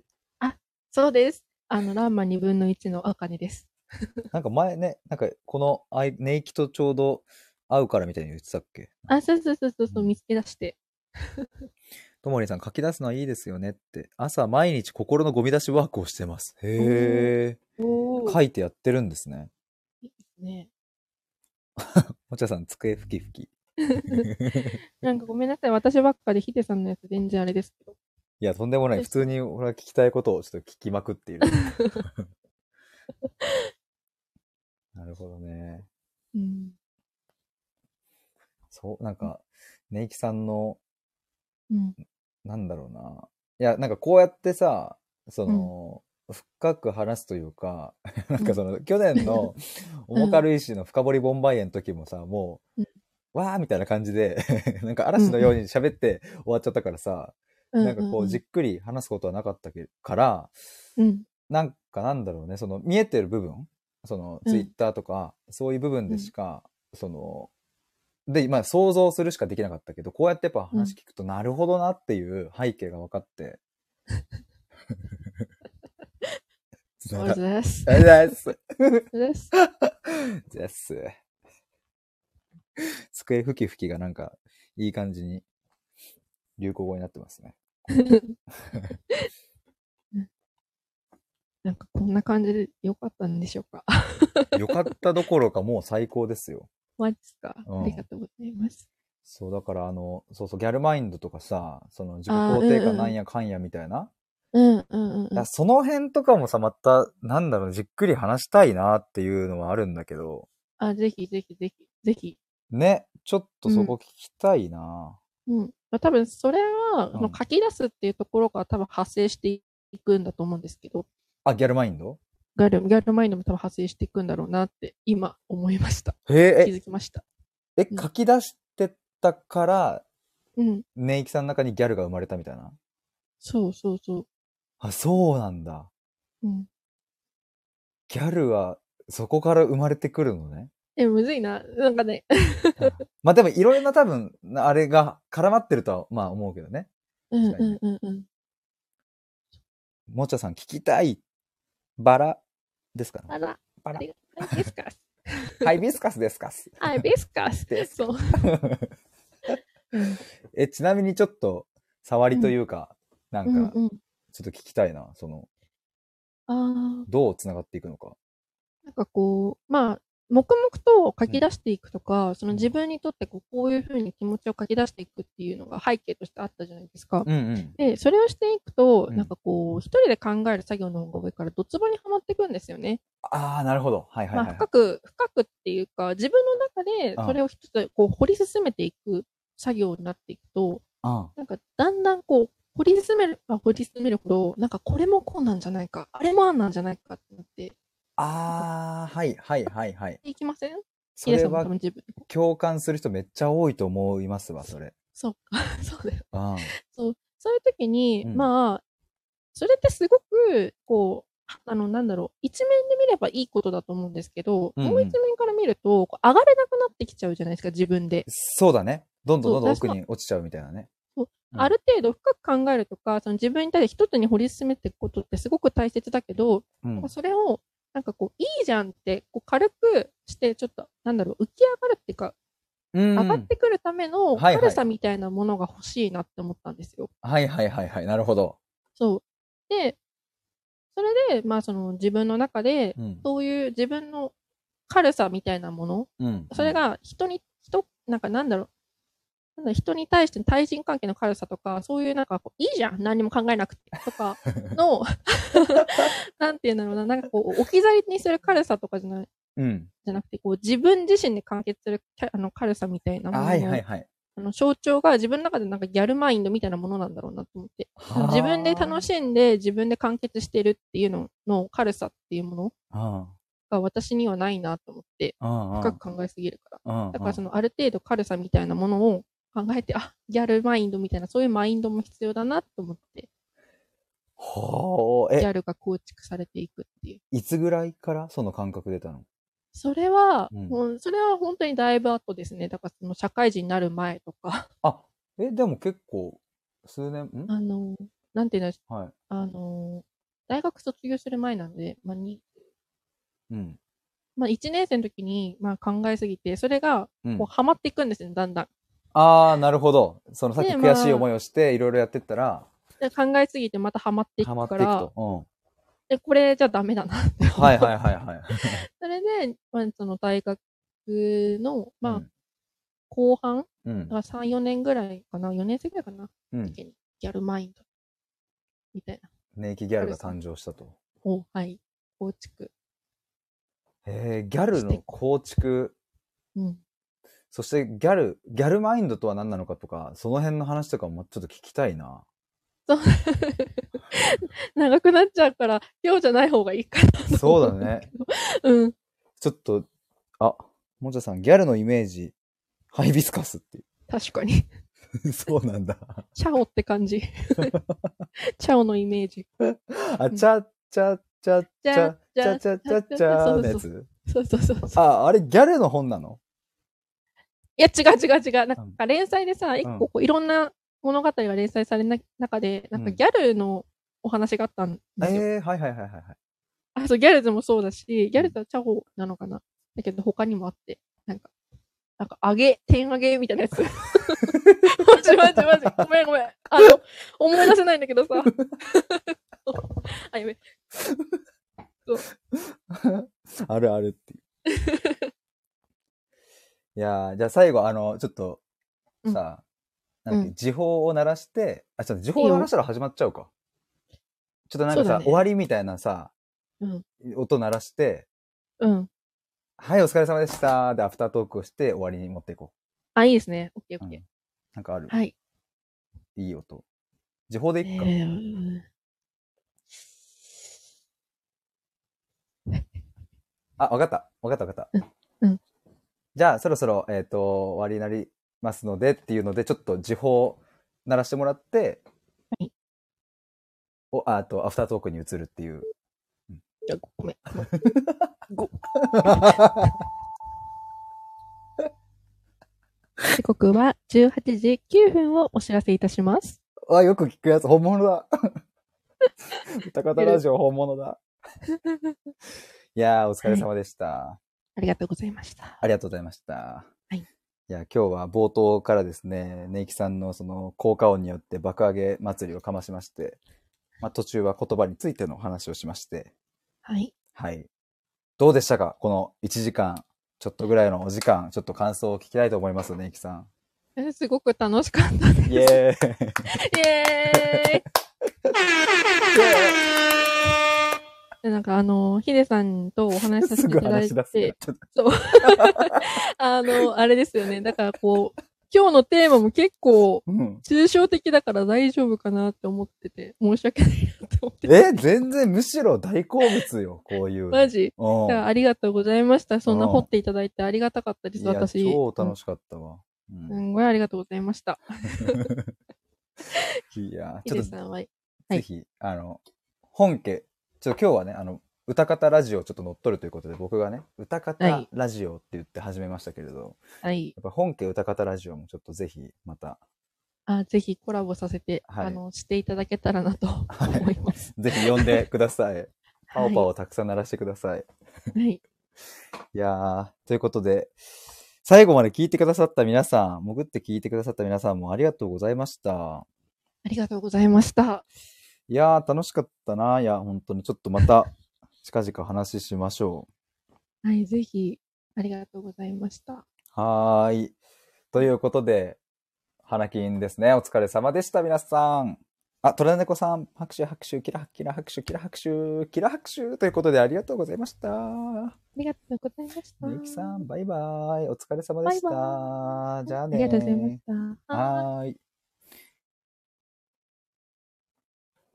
[SPEAKER 2] そうです。あの、ランマ2分の1の茜です。
[SPEAKER 1] なんか前ね、なんかこのアイネイキとちょうど合うからみたいに言ってたっけ
[SPEAKER 2] あ、そうそうそうそうそう、見つけ出して。
[SPEAKER 1] ともりんさん書き出すのはいいですよねって。朝毎日心のゴミ出しワークをしてます。へ
[SPEAKER 2] お
[SPEAKER 1] え。
[SPEAKER 2] ー。
[SPEAKER 1] 書いてやってるんですね。
[SPEAKER 2] ね。
[SPEAKER 1] もちゃさん、机ふきふき。
[SPEAKER 2] なんかごめんなさい、私ばっかでヒデさんのやつ全然あれですけど。
[SPEAKER 1] いや、とんでもない。普
[SPEAKER 2] です
[SPEAKER 1] 通に俺は聞きたいことをちょっと聞きまくっている。 [LAUGHS] なるほどね。
[SPEAKER 2] うん。
[SPEAKER 1] そう、なんか、ネイキさんの、
[SPEAKER 2] うん。
[SPEAKER 1] なんだろうな。いや、なんかこうやってさ、その、深く話すというか、なんかその、去年 [LAUGHS] の、
[SPEAKER 2] うん
[SPEAKER 1] 重軽石の深掘りボンバイエの時もさ、もう、
[SPEAKER 2] うん
[SPEAKER 1] わーみたいな感じで、 [LAUGHS] なんか嵐のように喋って終わっちゃったからさ、なんかこう、じっくり話すことはなかったけから、
[SPEAKER 2] うん。
[SPEAKER 1] なんかなんだろうね、その見えてる部分、その
[SPEAKER 2] うん
[SPEAKER 1] ツイッターとか、そういう部分でしか、その、で、まあ想像するしかできなかったけど、こうやってやっぱ話聞くと、なるほどなっていう背景が分か
[SPEAKER 2] [LAUGHS]
[SPEAKER 1] って。
[SPEAKER 2] あ
[SPEAKER 1] なん
[SPEAKER 2] りが
[SPEAKER 1] か
[SPEAKER 2] とうございます。
[SPEAKER 1] ありがとうございます。
[SPEAKER 2] ありがとうございます。
[SPEAKER 1] です。机ふきふきがなんか、いい感じに流行語になってますね。
[SPEAKER 2] なんかこんな感じで良かったんでしょうか。 [LAUGHS]
[SPEAKER 1] よかったどころかもう最高ですよ。
[SPEAKER 2] マジですか。
[SPEAKER 1] うん
[SPEAKER 2] ありがとうございます。
[SPEAKER 1] そう、だからあの、そうそう、ギャルマインドとかさ、その自己肯定感なんやかんやみたいな。
[SPEAKER 2] うんうんうん
[SPEAKER 1] だからその辺とかもさ、また、なんだろう、じっくり話したいなっていうのはあるんだけど、
[SPEAKER 2] あ、ぜひぜひぜひ、ぜひ。
[SPEAKER 1] ね、ちょっとそこ聞きたいな、
[SPEAKER 2] うん。まあ、多分それは、
[SPEAKER 1] うん
[SPEAKER 2] その書き出すっていうところから多分派生していくんだと思うんですけど、
[SPEAKER 1] あ、ギャルマインド
[SPEAKER 2] ギャル、ギャルマインドも多分派生していくんだろうなって今思いました。気
[SPEAKER 1] へ
[SPEAKER 2] づきました。
[SPEAKER 1] え、え
[SPEAKER 2] う、ん
[SPEAKER 1] 書き出してたから、
[SPEAKER 2] うん。
[SPEAKER 1] ネイキさんの中にギャルが生まれたみたいな。
[SPEAKER 2] そうそうそ
[SPEAKER 1] あ、そうなんだ。
[SPEAKER 2] う。うん。
[SPEAKER 1] ギャルは、そこから生まれてくるの
[SPEAKER 2] [LAUGHS]
[SPEAKER 1] ね。
[SPEAKER 2] え、むずいな。なんかね、
[SPEAKER 1] まあでも、いろいろな多分、あれが絡まってるとは、まあ思うけどね。
[SPEAKER 2] うんうんうんうん。
[SPEAKER 1] もちゃさん、聞きたい。バラですか
[SPEAKER 2] あ
[SPEAKER 1] ね。
[SPEAKER 2] ら、
[SPEAKER 1] バラ
[SPEAKER 2] あ。りがハイビスカス。
[SPEAKER 1] ハイビスカスですかス。
[SPEAKER 2] ハイビスカス。
[SPEAKER 1] です
[SPEAKER 2] そう。うん
[SPEAKER 1] え、ちなみにちょっと、触りというか、
[SPEAKER 2] う
[SPEAKER 1] なんんか、
[SPEAKER 2] うん。
[SPEAKER 1] ちょっと聞きたいな。その、
[SPEAKER 2] ああ。
[SPEAKER 1] どう繋がっていくのか。
[SPEAKER 2] なんかこう、まあ、黙々と書き出していくとか、その自分にとってこうこういうふうに気持ちを書き出していくっていうのが背景としてあったじゃないですか。
[SPEAKER 1] うんうん。
[SPEAKER 2] で、それをしていくと、
[SPEAKER 1] うん
[SPEAKER 2] なんかこう、一人で考える作業の方が上からドツボにはまっていくんですよね。
[SPEAKER 1] ああ、なるほど。はいはい
[SPEAKER 2] まあ、
[SPEAKER 1] はい。
[SPEAKER 2] 深く、深くっていうか、自分の中でそれを一つこう掘り進めていく作業になっていくと、
[SPEAKER 1] あ
[SPEAKER 2] なんかだんだんこう、掘り進める、あ掘り進めるほど、なんかこれもこうなんじゃないか、あれもあんなんじゃないかってなって
[SPEAKER 1] あー、はいはいはいはい。
[SPEAKER 2] いきません
[SPEAKER 1] そ
[SPEAKER 2] ヒ
[SPEAKER 1] れ
[SPEAKER 2] デさんも多
[SPEAKER 1] は
[SPEAKER 2] 分自分。
[SPEAKER 1] 共感する人めっちゃ多いと思いますわ、それ。
[SPEAKER 2] そう [LAUGHS] か、そうだよ。
[SPEAKER 1] あ
[SPEAKER 2] そういう時に、
[SPEAKER 1] うん
[SPEAKER 2] まあ、それってすごく、こう、あの、なんだろう、一面で見ればいいことだと思うんですけど、
[SPEAKER 1] うんうん
[SPEAKER 2] もう一面から見ると、こう上がれなくなってきちゃうじゃないですか、自分で。
[SPEAKER 1] そうだね。どんどんどんどん
[SPEAKER 2] そう
[SPEAKER 1] 奥に落ちちゃうみたいなね。うん
[SPEAKER 2] ある程度深く考えるとか、その自分に対して一つに掘り進めていくことってすごく大切だけど、
[SPEAKER 1] うん。
[SPEAKER 2] それを、なんかこう、いいじゃんって、こう軽くして、ちょっと、なんだろう、浮き上がるっていうか、
[SPEAKER 1] うん
[SPEAKER 2] 上がってくるため
[SPEAKER 1] は
[SPEAKER 2] の
[SPEAKER 1] いはい
[SPEAKER 2] 軽さみたいなものが欲しいなって思ったんですよ。
[SPEAKER 1] はいはいはいはい。なるほど。
[SPEAKER 2] そう。で、それで、まあその自分の中で、
[SPEAKER 1] うん。
[SPEAKER 2] そういう自分の軽さみたいなもの、
[SPEAKER 1] うん。
[SPEAKER 2] それが人に、人、なんかなんだろう、なんだろう人に対しての対人関係の軽さとか、そういうなんかこう、いいじゃん何にも考えなくて、とか
[SPEAKER 1] [LAUGHS]
[SPEAKER 2] の、なんていうんだろうな、なんかこう、置き去りにする軽さとかじゃない、
[SPEAKER 1] うん。
[SPEAKER 2] じゃなくて、こう、自分自身で完結するキャあの軽さみたいなも
[SPEAKER 1] あ
[SPEAKER 2] のの、
[SPEAKER 1] はいはいはい。
[SPEAKER 2] あの象徴が自分の中でなんかギャルマインドみたいなものなんだろうなと思って。自分で楽
[SPEAKER 1] い。
[SPEAKER 2] しんで自分で完結してるっていうのの軽さっていうも
[SPEAKER 1] う
[SPEAKER 2] の
[SPEAKER 1] ん。
[SPEAKER 2] が私にはないなと思って深く考えすぎるから。だからそ
[SPEAKER 1] の、
[SPEAKER 2] のある程度軽さみたいなものを考えて、あ、ギャルマインドみたいなそういうマインドも必要だなと思って、
[SPEAKER 1] ほー
[SPEAKER 2] ギ
[SPEAKER 1] え、
[SPEAKER 2] ャルが構築されていくっていう。
[SPEAKER 1] いつぐらいからその感覚出たの
[SPEAKER 2] それは、
[SPEAKER 1] うん
[SPEAKER 2] ほんそれは本当にだいぶ後ですね。だからその社会人になる前とか、
[SPEAKER 1] あ、え、でも結構、数年、ん
[SPEAKER 2] あの、なんていうんだろう、
[SPEAKER 1] は
[SPEAKER 2] あの、大学卒業する前なので、まあ、に
[SPEAKER 1] い。うん。
[SPEAKER 2] まあ、1年生の時に、まあ、考えすぎて、それが
[SPEAKER 1] うん
[SPEAKER 2] こう、ハマっていくんですね、だんだん。
[SPEAKER 1] ああ、なるほど。そのさっき
[SPEAKER 2] でまあ
[SPEAKER 1] 悔しい思いをして、いろいろやってったら、
[SPEAKER 2] で考えすぎてまたハマってい
[SPEAKER 1] ハマ
[SPEAKER 2] く
[SPEAKER 1] ってい
[SPEAKER 2] か
[SPEAKER 1] く
[SPEAKER 2] ら、
[SPEAKER 1] と。
[SPEAKER 2] でこれじゃダメだなって。
[SPEAKER 1] うん。はいはいいはいはい。
[SPEAKER 2] [LAUGHS] それで、まあ、その大学の、
[SPEAKER 1] う
[SPEAKER 2] まあ
[SPEAKER 1] ん、
[SPEAKER 2] 後半、
[SPEAKER 1] うん。
[SPEAKER 2] だから3、4年ぐらいかな、4年生ぐらいかな、
[SPEAKER 1] うん。
[SPEAKER 2] 時にギャルマインド、みたいな、
[SPEAKER 1] ネイキギャルが誕生したと。
[SPEAKER 2] を、はい、構築。
[SPEAKER 1] へえ、ギャルの構築、
[SPEAKER 2] うん。 [LAUGHS]
[SPEAKER 1] そしてギャル、ギャルマインドとは何なのかとか、その辺の話とかもちょっと聞きたい
[SPEAKER 2] [LAUGHS]
[SPEAKER 1] な。
[SPEAKER 2] 長くなっちゃうから、今日じゃない方がいいかな。
[SPEAKER 1] そうだね。
[SPEAKER 2] うん。
[SPEAKER 1] ちょっと、あ、もちゃさん、ギャルのイメージ、ハイビスカスってい
[SPEAKER 2] 確かに。 [LAUGHS]
[SPEAKER 1] [LAUGHS] う。そうなんだ。
[SPEAKER 2] チャオって
[SPEAKER 1] [LAUGHS]
[SPEAKER 2] 感じ。チャオのイメージ。
[SPEAKER 1] あ、ちゃ、ちゃ、ちゃ、ち
[SPEAKER 2] ち
[SPEAKER 1] ゃ、
[SPEAKER 2] ゃ
[SPEAKER 1] ちゃ、ちゃ、ちゃ、ちゃのや
[SPEAKER 2] そう
[SPEAKER 1] つ。
[SPEAKER 2] そうそうそうそう。
[SPEAKER 1] あ、あれギャルの本なの
[SPEAKER 2] いや、違う違う違う。なんか連載でさ、一
[SPEAKER 1] うん
[SPEAKER 2] 個こういろんな物語が連載される中で、なんか
[SPEAKER 1] うん
[SPEAKER 2] ギャルのお話があったんですよ。
[SPEAKER 1] ええー、はいはいはいはいはい。
[SPEAKER 2] あ、そう、ギャルズもそうだし、ギャルズはチャホなのかな。だけど他にもあって、なんか、なんか揚げ、点上げみたいなやつ。マジマジマジ。ごめんごめん。あの、思い出せないんだけ
[SPEAKER 1] [LAUGHS]
[SPEAKER 2] どさ。あ、やべ。
[SPEAKER 1] あるあるって
[SPEAKER 2] [LAUGHS]
[SPEAKER 1] いう。いやーじゃあ最後、あの、ちょっと、さ、
[SPEAKER 2] うん
[SPEAKER 1] なんだっけ、時報を鳴らして、あ、ちょっと時報を鳴らしたら始まっちゃうか。ちょっとなんか
[SPEAKER 2] そうだ
[SPEAKER 1] さ、
[SPEAKER 2] ね
[SPEAKER 1] 終わりみたいなさ、
[SPEAKER 2] うん
[SPEAKER 1] 音鳴らして、
[SPEAKER 2] うん。
[SPEAKER 1] はい、お疲れ様でした。で、アフタートークをして終わりに持っていこ
[SPEAKER 2] あ、いいですね。オッケー
[SPEAKER 1] う。
[SPEAKER 2] オッ
[SPEAKER 1] う
[SPEAKER 2] ケ
[SPEAKER 1] んなんかある
[SPEAKER 2] ー。。はい。
[SPEAKER 1] いい音。時報で
[SPEAKER 2] え
[SPEAKER 1] いくか。
[SPEAKER 2] ー、
[SPEAKER 1] あ、わかった。わかったわかった。
[SPEAKER 2] うんうん
[SPEAKER 1] じゃあ、そろそろ、えっ、と、終わりになりますのでっていうので、ちょっと時報を鳴らしてもらって、
[SPEAKER 2] はい
[SPEAKER 1] お、ああと、アフタートークに移るっていう。
[SPEAKER 2] いやご
[SPEAKER 1] [LAUGHS]
[SPEAKER 2] めん。ごめん時刻は18時9分をお知らせいたします。
[SPEAKER 1] あ、よく聞くやつ、本物
[SPEAKER 2] [LAUGHS]
[SPEAKER 1] だ。高田ラジオ本物だ。いやー、お疲れ様でした。
[SPEAKER 2] ありがとうございました。
[SPEAKER 1] ありがとうございました。
[SPEAKER 2] い
[SPEAKER 1] いや、今日は冒頭からですね、ネイキさんのその効果音によって爆上げ祭りをかましまして、まあ、途中は言葉についてのお話をしまして、
[SPEAKER 2] はい。
[SPEAKER 1] はい。どうでしたかこの1時間、ちょっとぐらいのお時間、ちょっと感想を聞きたいと思います、ネイキさん。
[SPEAKER 2] えすごく楽しか
[SPEAKER 1] [LAUGHS]
[SPEAKER 2] ったです。
[SPEAKER 1] イエーイ
[SPEAKER 2] イエーイなんかあの、ヒデさんとお話しさせ
[SPEAKER 1] す
[SPEAKER 2] てい
[SPEAKER 1] ぐ
[SPEAKER 2] ただ
[SPEAKER 1] 話
[SPEAKER 2] い
[SPEAKER 1] し出すから
[SPEAKER 2] て、
[SPEAKER 1] ちょっと
[SPEAKER 2] あの、あれですよね。だからこう、今日のテーマも結構、
[SPEAKER 1] うん。
[SPEAKER 2] 抽象的だから大丈夫かなって思ってて、申し訳ないなと思って。
[SPEAKER 1] え、全然むしろ大好物よ、こういうの。
[SPEAKER 2] マジ
[SPEAKER 1] うん
[SPEAKER 2] いやありがとうございました。そんな
[SPEAKER 1] うん
[SPEAKER 2] 掘っていただいてありがたかったです、
[SPEAKER 1] いや
[SPEAKER 2] 私。
[SPEAKER 1] 超楽しかったわ。うん
[SPEAKER 2] すんごいありがとうございました。
[SPEAKER 1] いやー
[SPEAKER 2] ヒ
[SPEAKER 1] ちょ
[SPEAKER 2] デ
[SPEAKER 1] っと
[SPEAKER 2] さんは、はい
[SPEAKER 1] ぜひ、あの、本家、ちょっと今日はね、あの、歌方ラジオをちょっと乗っ取るということで、僕がね、歌
[SPEAKER 2] は
[SPEAKER 1] 方
[SPEAKER 2] い
[SPEAKER 1] ラジオって言って始めましたけれど、
[SPEAKER 2] はい。
[SPEAKER 1] やっぱ本家歌方ラジオもちょっとぜひ、また、
[SPEAKER 2] あ、ぜひコラボさせて、
[SPEAKER 1] はい
[SPEAKER 2] あの、していただけたらなと
[SPEAKER 1] はい
[SPEAKER 2] 思います。
[SPEAKER 1] ぜひ呼んでください。 [LAUGHS] パオパ
[SPEAKER 2] [LAUGHS] は
[SPEAKER 1] オたくさん鳴らしてください。
[SPEAKER 2] い。はい。
[SPEAKER 1] いやー、ということで、最後まで聞いてくださった皆さん、潜って聞いてくださった皆さんもありがとうございました。
[SPEAKER 2] ありがとうございました。
[SPEAKER 1] いやー、楽しかったな。いや、本当にちょっとまた、近々話しましょ
[SPEAKER 2] はい、ぜひ、ありがとうございました。
[SPEAKER 1] う。はーい。ということで、花金ですね。お疲れ様でした、皆さん。あ、虎猫さん、拍手拍手、キラキラ拍手、キラ拍手、キラ拍手ということでありがとうございました。
[SPEAKER 2] ありがとうございました。
[SPEAKER 1] みゆきさん、バイバイ。お疲れ様でした。
[SPEAKER 2] バイバイ
[SPEAKER 1] じゃあ
[SPEAKER 2] あ
[SPEAKER 1] ね
[SPEAKER 2] りがとうございました。
[SPEAKER 1] はーい。